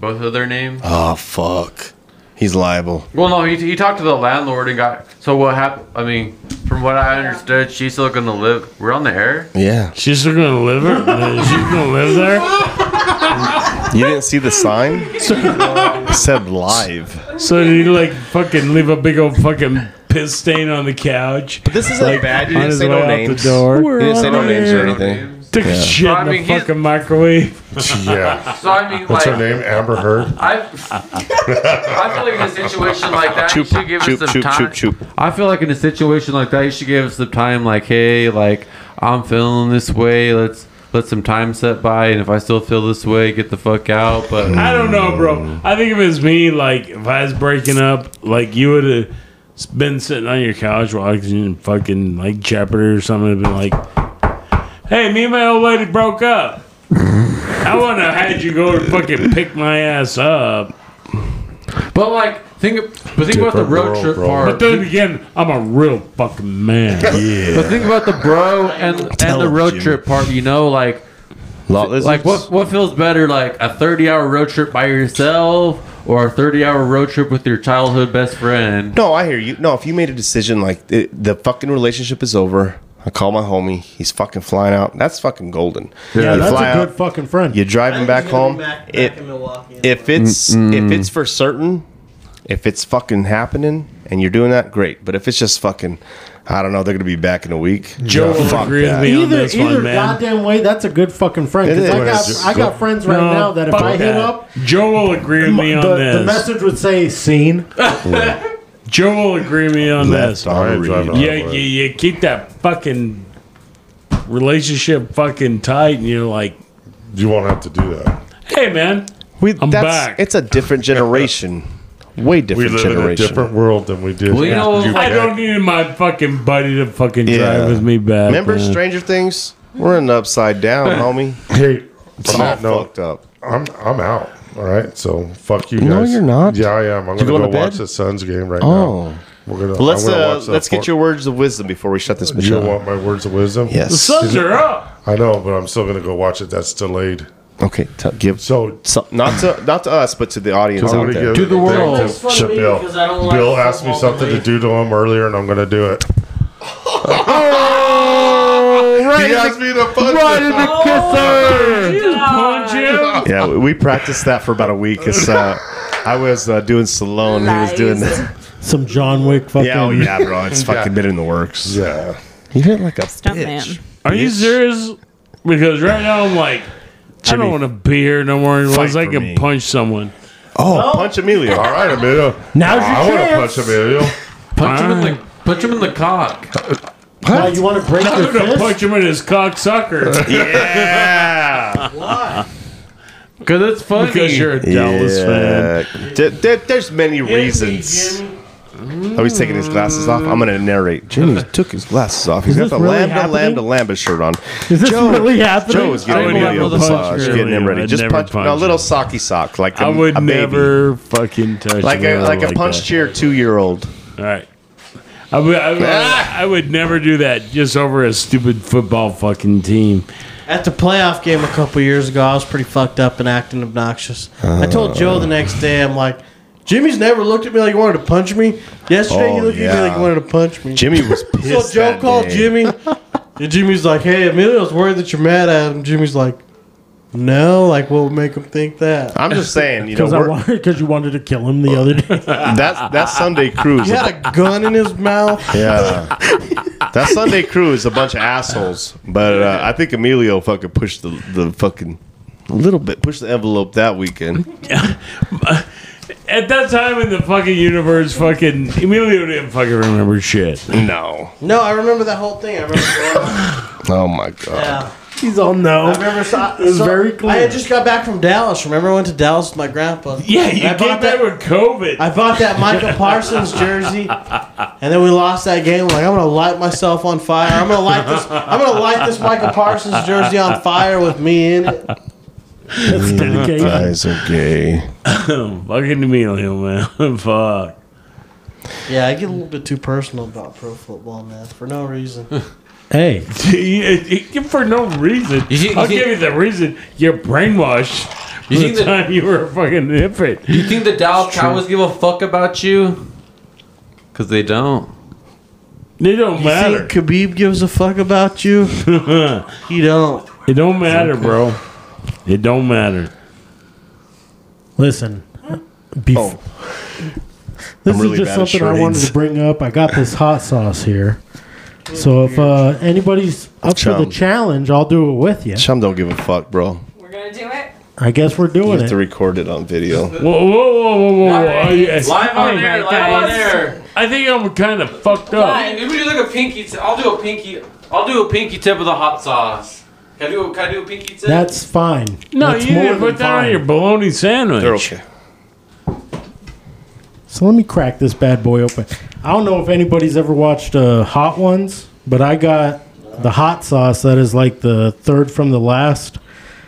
P: Both of their names.
J: Ah,
L: Oh fuck, he's liable.
P: Well, no, he, he talked to the landlord and got. So what happened? I mean, from what I understood, she's still gonna live. We're on the air.
L: Yeah,
J: she's still gonna live her. she's gonna live there.
L: You didn't see the sign? it said live.
J: So did he like fucking leave a big old fucking piss stain on the couch? But
L: this isn't bad. You didn't say no names.
J: The door.
L: You didn't say no names or anything.
J: Took a
L: Yeah.
J: shit
P: So, I
J: in
P: mean,
J: the
P: he's-
J: fucking microwave.
K: Yeah.
P: So I mean,
K: What's her
P: like,
K: name? Amber Heard.
P: I feel like in a situation like that, you should give
L: choop,
P: us
L: choop,
P: some time.
L: choop,
P: I feel like in a situation like that, you should give us some time. Like, hey, like I'm feeling this way. Let's let some time set by, and if I still feel this way, get the fuck out. But
J: I don't know, bro. I think if it's me, like if I was breaking up, like you would have been sitting on your couch watching fucking like Jeopardy or something, and been like, "Hey, me and my old lady broke up. I want to had you go and fucking pick my ass up."
P: But like, think, but think about the road trip part.
J: But then again, I'm a real fucking man. Yeah.
P: But think about the bro and and the road trip part. You know, like, like what what feels better, like a thirty hour road trip by yourself or a thirty hour road trip with your childhood best friend?
L: No, I hear you. No, if you made a decision like it, the fucking relationship is over, I call my homie. He's fucking flying out. That's fucking golden.
H: Yeah,
L: You
H: that's
L: fly
H: a good
L: out,
H: fucking friend.
L: You drive him back
H: he's gonna be
L: home.
H: back- back
L: If-
H: in
L: if it's
H: Mm-mm.
L: if it's for certain, if it's fucking happening and you're doing that, great. But if it's just fucking, I don't know, they're gonna be back in a week.
J: Joe will
L: fuck
J: agree with
L: that.
J: me on
H: Either,
J: this one,
H: either
J: man.
H: goddamn way, that's a good fucking friend.
L: It
H: 'cause I
L: is.
H: got, I got friends right
J: No,
H: now that if
J: fuck
H: I hit
J: that.
H: up,
J: Joe will agree with me on
H: the,
J: this.
H: the message would say "seen."
J: Joe will agree me on this.
K: arm read.
J: Yeah, you, you keep that fucking relationship fucking tight, and you're like,
K: you won't have to do that.
J: "Hey, man,
L: we,
J: I'm
L: that's,
J: back."
L: It's a different generation. Way different
K: we live
L: generation.
K: in a different world than we did.
L: Well, you know,
J: I don't need my fucking buddy to fucking
L: Yeah.
J: drive with me back.
L: Remember
J: man.
L: Stranger Things? We're in the upside down, homie.
K: Hey,
L: It's
K: on
L: all
K: that note,
L: fucked up.
K: I'm I'm out. All right, so fuck you guys.
L: No, you're not.
K: Yeah, I am. I'm
L: You
K: gonna
L: going
K: go
L: to bed?
K: watch the Suns game right
L: Oh.
K: now. We're gonna.
L: Well, let's
K: I'm gonna
L: uh,
K: watch that
L: let's
K: for-
L: get your words of wisdom before we shut this bitch
K: You
L: up.
K: want my words of wisdom?
L: Yes. The
J: Suns are up.
K: I know, but I'm still gonna go watch it. That's delayed.
L: Okay, t- give
K: so,
L: not to not to us, but to the audience
K: I'm
L: out
K: gonna
L: there.
K: give it a thing to- to Bill.
N: because I don't like
K: Bill asked me
N: football
K: something to
N: league.
K: do to him earlier, and I'm gonna do it.
L: right
K: he
L: in
K: asked me to punch
L: right
K: him.
L: in the kisser.
J: punch him.
L: yeah, we- we practiced that for about a week. It's, uh, I was uh, doing Stallone. He was doing that.
H: Some John Wick fucking.
L: Yeah, oh, yeah, bro. It's fucking been in the works.
K: Yeah.
L: You did like a bitch.
J: Are you serious? Because right now I'm like, I don't want to be here no more. Unless
L: Fight
J: I
L: for
J: can
L: me.
J: punch someone.
L: Oh, punch Emilio.
K: All right, Emilio.
L: Now's
K: I
L: your
K: wanna
L: chance.
K: punch Emilio.
O: Punch him in the punch him in the cock.
Q: Now you want to break
J: I'm
Q: your
J: gonna
Q: fist?
J: punch him in his cocksucker.
L: yeah.
O: Because it's funny.
J: Because you're a Dallas fan.
L: There- there- there's many reasons. Oh, he's taking his glasses off. I'm going to narrate. Jimmy took his glasses off. He's
Q: Is
L: got
Q: this
L: the
Q: really
L: lambda,
Q: happening?
L: lambda, lambda shirt on.
Q: Is this really happening?
L: Joe is
Q: I
L: getting
Q: would
L: Emilio
Q: never
L: the
Q: punch
L: massage,
Q: Emilio.
L: getting him ready.
J: I'd
L: Just
J: never
L: punch,
J: punch
L: a little socky sock, like a,
J: I would
L: a baby.
J: never fucking touch
L: like a
J: Emilio
L: like a punch
J: that.
L: cheer two year old.
J: All right. I would, I, would, I would never do that just over a stupid football fucking team.
P: At the playoff game a couple years ago, I was pretty fucked up and acting obnoxious. I told Joe the next day, I'm like, Jimmy's never looked at me like he wanted to punch me. Yesterday, he
L: Oh,
P: looked at
L: yeah.
P: me like he wanted to punch me.
L: Jimmy was pissed
P: So Joe
L: that
P: called
L: day.
P: Jimmy. And Jimmy's like, hey, Emilio's worried that you're mad at him. Jimmy's like, no, like, what would make him think that?
L: I'm just saying, you know,
Q: Because I
L: we're,
Q: wanted, because you wanted to kill him the other day.
L: that that Sunday cruise.
P: He had a gun in his mouth.
L: Yeah. that Sunday crew is a bunch of assholes, but uh, I think Emilio fucking pushed the, the fucking a little bit pushed the envelope that weekend.
J: At that time in the fucking universe, fucking Emilio didn't fucking remember shit.
L: No.
P: No, I remember that whole thing. I remember.
L: Oh my god.
P: yeah.
Q: He's all no.
P: I remember. So,
Q: It was
P: so-
Q: very clear.
P: I had just got back from Dallas. Remember, I went to Dallas with my grandpa.
J: Yeah, you
P: And I
J: came
P: bought
J: back
P: that.
J: with COVID.
P: I bought that Michael Parsons jersey, and then we lost that game. I'm like, I'm gonna light myself on fire. I'm gonna light this. I'm gonna light this Michael Parsons jersey on fire with me in it.
Q: That's dedication.
L: Guys are gay.
J: fucking Emilio, man. Fuck.
P: Yeah, I get a little bit too personal about pro football, man, for no reason.
Q: Hey,
J: For no
O: You
J: reason.
O: think- you
J: I'll
O: think-
J: give you the reason. You're brainwashed.
O: You
J: You
O: think
J: the
O: that-
J: time you were a fucking infant.
O: You think the Dallas Cowboys give a fuck about you? Because they don't.
J: It don't matter.
P: Think Khabib gives a fuck about you? he don't.
J: It don't matter, bro. It don't matter.
Q: listen. Bef-
L: Oh.
Q: This
L: I'm really
Q: is just
L: bad at
Q: something I wanted
L: charades.
Q: to bring up. I got this hot sauce here. So if uh, anybody's up for
L: Chum.
Q: the challenge, I'll do it with you.
L: Chum don't give a fuck, bro.
M: We're gonna do it.
Q: I guess we're
L: You
Q: doing
L: have to
Q: it.
L: record it on video.
J: Whoa, whoa, whoa, whoa, whoa.
O: Live-
J: whoa. Yes.
O: live on
J: Oh,
O: air,
J: my
O: live on
J: God.
O: air.
J: I think I'm kind of fucked up.
O: Hey, Maybe do like a pinky. T- I'll do a pinky. I'll do a pinky tip of the hot sauce. Can I do? Can I do a pinky tip?
Q: That's fine.
J: No,
Q: That's
J: you
Q: more
J: didn't
Q: than
J: put that on
Q: fine.
J: your bologna sandwich.
L: They're okay.
Q: So let me crack this bad boy open. I don't know if anybody's ever watched uh, Hot Ones, but I got the hot sauce that is like the third from the last.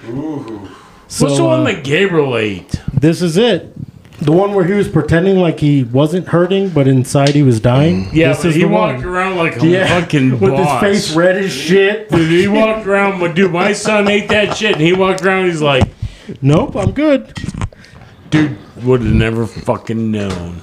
Q: Ooh. So,
J: What's the one
Q: uh,
J: that Gabriel ate?
Q: this is it. The one where he was pretending like he wasn't hurting, but inside he was dying.
J: Yeah,
Q: this
J: but
Q: is
J: he
Q: the
J: walked
Q: one.
J: around like a
Q: Yeah,
J: fucking
Q: with
J: Mm. boss.
Q: his face red as shit.
J: Dude, he walked around, my- dude. My son ate that shit, and he walked around. He's like,
Q: Nope, I'm good.
J: dude, would have never fucking known.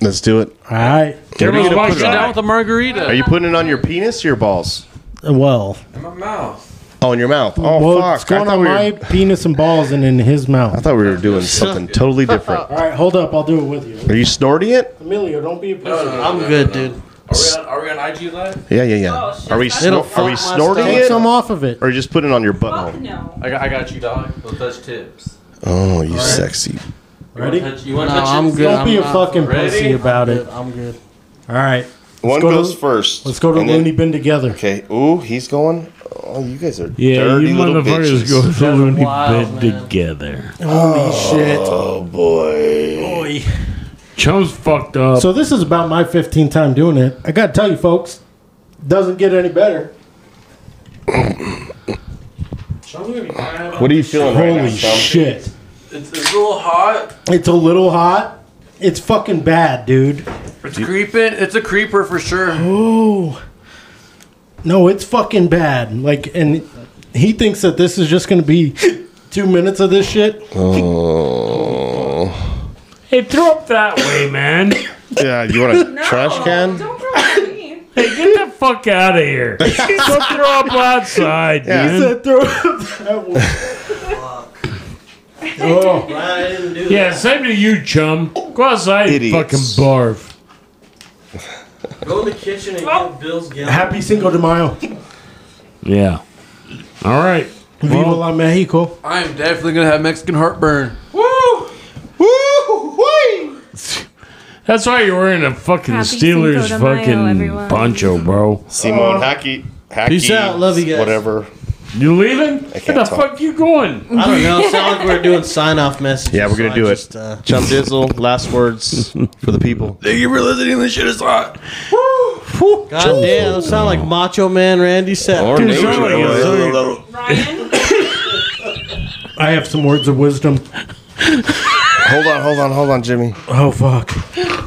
L: Let's do it.
Q: All right.
J: Gabriel's walked
O: Sit down
J: around.
O: with a margarita.
L: Are you putting it on your penis or your balls?
Q: Well,
O: in my mouth?
L: Oh, in your mouth. Oh
Q: well,
L: fuck!
Q: it's going
L: I, thought
Q: on
L: we were,
Q: my penis and balls and in his
L: I
Q: mouth.
L: thought we were doing something totally different.
Q: All right, hold up. I'll do it with you.
L: Are you snorting it?
Q: Emilio, don't be a pussy.
P: I'm good, dude.
O: Are we on, are we on IG live?
L: Yeah, yeah, yeah.
M: shit,
L: Are we
M: that's
L: snor-
P: fuck
L: are we
P: my
L: snorting
P: stomach.
Q: Take
L: it
Q: some off of it.
L: or just put it on your butthole?
M: No.
O: I got, I got you, dog. Don't touch tips.
L: Oh, you sexy.
Q: Ready?
O: You wanna touch- You want to
P: No,
O: touch
P: I'm
O: tips?
P: good.
Q: Don't be
P: I'm
Q: a
P: not-
Q: fucking
O: Ready?
Q: pussy about it.
P: I'm good.
Q: All right.
L: One
Q: go to-
L: goes first.
Q: Let's go to
L: and then-
Q: Looney Bin together.
L: Okay. Ooh, he's going. Oh, you guys are
J: Yeah,
L: dirty
J: you
L: little
J: motherfuckers
L: bitches.
J: go to loony
P: wild,
J: bed
P: man.
J: together.
L: Oh boy.
Q: Holy shit.
J: Chum's fucked up.
Q: So this is about my 15th time doing it. I got to tell you, folks, doesn't get any better.
L: What are you feeling right now?
Q: Holy shit.
O: It's, it's a little hot.
Q: It's a little hot. It's fucking bad, dude.
O: It's creeping. It's a creeper for sure.
Q: Oh. No, it's fucking bad. Like, and he thinks that this is just going to be two minutes of this shit.
L: Oh.
J: hey, throw up that way, man. hey,
L: Yeah, you want a trash can?
M: Don't throw it at me.
J: get the fuck out of here. Don't throw up outside,
L: Yeah.
J: dude.
Q: oh,
P: I didn't do
J: Yeah, same to you, chum. Go outside and
L: Idiots.
J: fucking barf.
P: Go in the kitchen and get Bill's gallon.
Q: happy Cinco de Mayo.
J: Yeah. All right.
Q: Viva la Mexico.
O: I am definitely gonna have Mexican heartburn. Woo!
J: That's why you're wearing a fucking
M: Happy
J: Steelers
M: Cinco de Mayo,
J: fucking
M: everyone.
J: poncho, bro.
L: Simone Hacky. Hacky.
J: Peace out. Love you guys.
L: Whatever.
J: You leaving?
L: I
J: Where
L: can't
J: the
L: talk.
J: fuck you going?
P: I don't know. It sounds like we're doing sign off messages.
L: Yeah, we're
P: so
L: gonna
P: I
L: do
P: just,
L: it.
P: uh,
L: Chum Dizzle, last words for the people.
R: Thank you for listening. This shit is hot.
P: God damn, that sound like Macho Man Randy said.
R: Or Dude, Nature sound like Boy. it's
S: I have some words of wisdom.
L: hold on, hold on, hold on, Jimmy.
S: Oh fuck.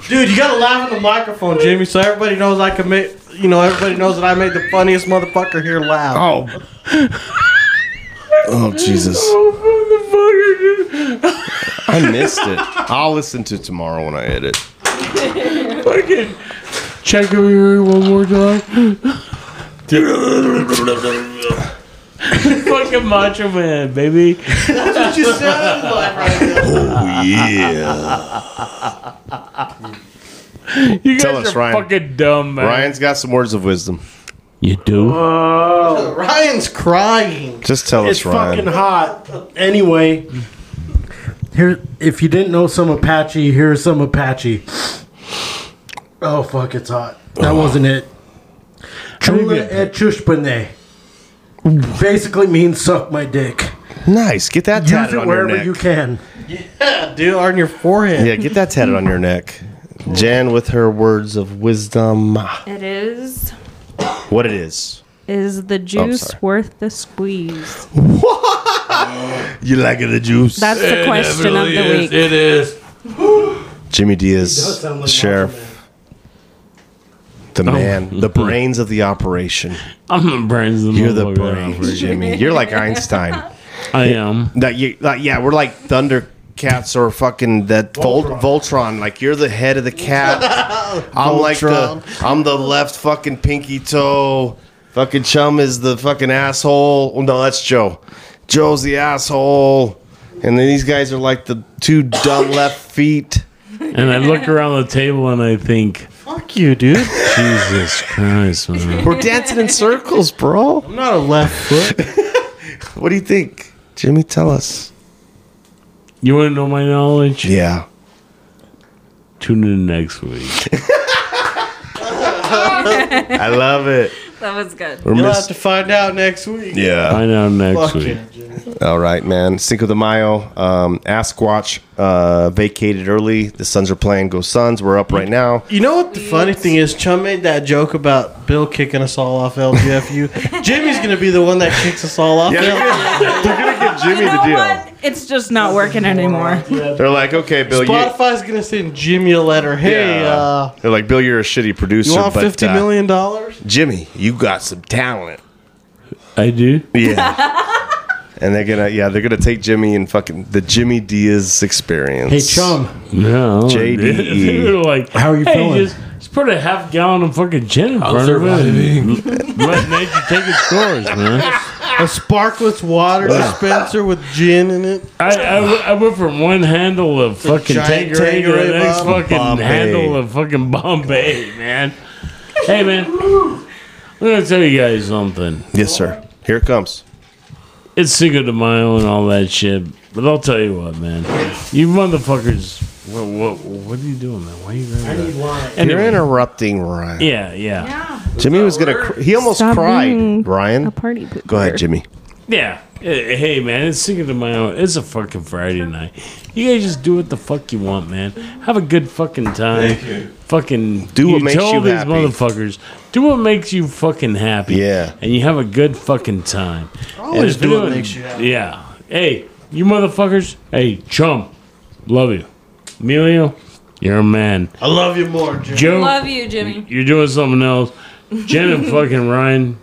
P: Dude, you gotta laugh in the microphone, Jimmy, so everybody knows I can make. You know, everybody knows that I made the funniest motherfucker here laugh.
J: Oh,
L: Oh Jesus.
J: Oh,
L: I missed it. I'll listen to it tomorrow when I edit.
J: motherfucker. fucking check over here one more time. fucking Macho Man, baby.
P: That's what you sounded like right
L: Oh yeah.
J: You guys
L: Tell
J: are
L: us, Ryan.
J: fucking dumb, man.
L: Ryan's got some words of wisdom.
J: You do?
R: Oh.
P: now. Ryan's crying.
L: Just tell
S: it's
L: us, Ryan.
S: fucking hot. Anyway, here if you didn't know some Apache, here's some Apache. Oh fuck, it's hot. That wasn't it. Chula et chushpane. Basically means suck my dick.
L: Nice. Get that
S: Use
L: tatted
S: it
L: on your
S: wherever
L: neck.
S: you can.
P: Yeah, dude, on your forehead.
L: Yeah, get that tatted on your neck. Jan with her words of wisdom.
M: It is.
L: What it is.
M: Is the juice
L: Oh, sorry.
M: worth the squeeze?
L: You like the juice?
M: That's the question of the week.
R: It is.
L: Jimmy
M: He does
L: Diaz,
M: sound like
L: sheriff. The
J: Oh.
L: man, the brains of the operation.
J: I'm the brains of the
L: You're the
J: motherfucker.
L: brains, Jimmy. You're like Einstein.
J: I am.
L: That you, like, yeah, we're like Thundercats or fucking that Voltron. Voltron. Like you're the head of the cat. I'm like the, I'm the left fucking pinky toe. Fucking chum is the fucking asshole. Oh, no, that's Joe. Joe's the asshole. And then these guys are like the two dumb left feet.
J: And I look around the table and I think,
P: fuck you, dude.
J: Jesus Christ, man.
L: We're dancing in circles, bro.
P: I'm not a left foot.
L: what do you think? Jimmy, tell us.
J: You want to know my knowledge?
L: Yeah.
J: Tune in next week.
L: I love it.
M: That was good.
L: We're
P: You'll
L: miss-
P: have to find out next week.
L: Yeah.
J: Find out next
P: Fuck
J: week.
L: All right, man. Cinco de Mayo. Um, Asquatch uh, vacated early. The Suns are playing. Go Suns. We're up right now.
P: You know what the funny thing is? Chum made that joke about Bill kicking us all off LGFU. Jimmy's gonna be the one that kicks us all off.
L: Yeah, they're
P: LGFU.
L: They're gonna give Jimmy the deal.
M: It's just not working anymore.
L: They're like, okay, Bill. You,
P: Spotify's gonna send Jimmy a letter. Hey,
L: Yeah.
P: uh,
L: they're like, Bill, you're a shitty producer.
P: you want
L: but,
P: fifty
L: uh,
P: million dollars?
L: Jimmy, you got some talent.
J: I do.
L: Yeah. and they're gonna, yeah, they're gonna take Jimmy and fucking the Jimmy Diaz experience.
S: Hey chum.
J: No.
L: JDE.
J: They were like,
S: How are you
J: hey,
S: feeling?"
J: Just, just put a half gallon of fucking gin in front of it. and Let nature take its course, man.
P: A sparkless water dispenser with gin in it.
J: I, I, w- I went from one handle of fucking Tangerine
P: giant
J: to the
P: Tanqueray
J: next
P: bottle.
J: fucking
L: Bombay.
J: handle of fucking Bombay, man. Hey, man. I'm going to tell you guys something.
L: Yes, sir. Here it comes.
J: It's Cinco de Mayo and all that shit, but I'll tell you what, man. You motherfuckers. What, what, what are you doing, man? Why are you grabbing that?
L: You're
J: Anyway.
L: interrupting Ryan.
J: Yeah, yeah.
L: Jimmy was gonna. Cr- he almost
M: Stop
L: cried.
M: being
L: Ryan,
M: party
L: go ahead, Jimmy.
J: Yeah. Eh, Hey, man, it's Cinco de Mayo. It's a fucking Friday night. You guys just do what the fuck you want, man. Have a good fucking time.
L: Thank you.
J: Fucking
L: Do what makes
J: tell
L: you
J: these
L: happy.
J: motherfuckers. Do what makes you fucking happy. Yeah. And you have a good fucking time.
P: Always
J: And if
P: do
J: you're
P: what
J: doing-
P: makes you happy.
J: Yeah. Hey, you motherfuckers. Hey, chum. Love you. Emilio, you're a man.
P: I love you more, Jimmy.
J: Joe.
M: Love you, Jimmy.
J: You're doing something else. Jen and fucking Ryan,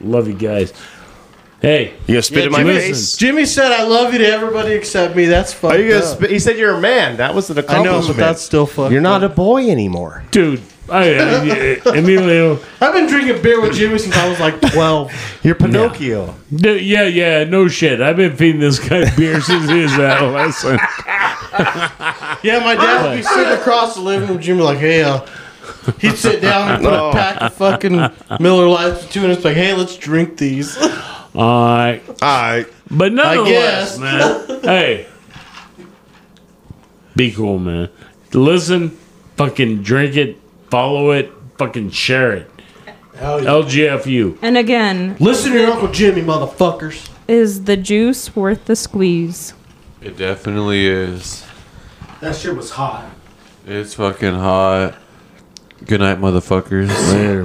J: love you guys. Hey,
L: you gonna spit
P: Yeah,
L: in my
P: Jimmy-
L: face?
P: Jimmy said, "I love you to everybody except me." That's
L: Are
P: fucked
L: you gonna
P: up.
L: spit? He said you're a man. That was an
P: I
L: accomplishment.
P: know, but that's still fucked.
L: You're
P: up.
L: not a boy anymore.
J: dude. I, I, I- Emilio.
P: I've been drinking beer with Jimmy since I was like twelve.
L: You're Pinocchio.
J: No, yeah, yeah, no shit. I've been feeding this guy beer since he was adolescent.
P: Yeah, my dad would be sitting across the living room, Jimmy, like, hey, uh, he'd sit down and put a pack of fucking Miller Lights between us, like, hey, let's drink these.
J: All right, all
L: right.
J: But nonetheless,
P: guess.
J: man. Hey, be cool, man. Listen, Fucking drink it, follow it, fucking share it.
P: yeah.
L: Oh.
J: LGFU.
M: And again,
P: Listen to your Uncle Jimmy, motherfuckers.
M: is the juice worth the squeeze?
T: It definitely is.
U: That shit was hot.
T: It's fucking hot. Good night, motherfuckers.
J: Later.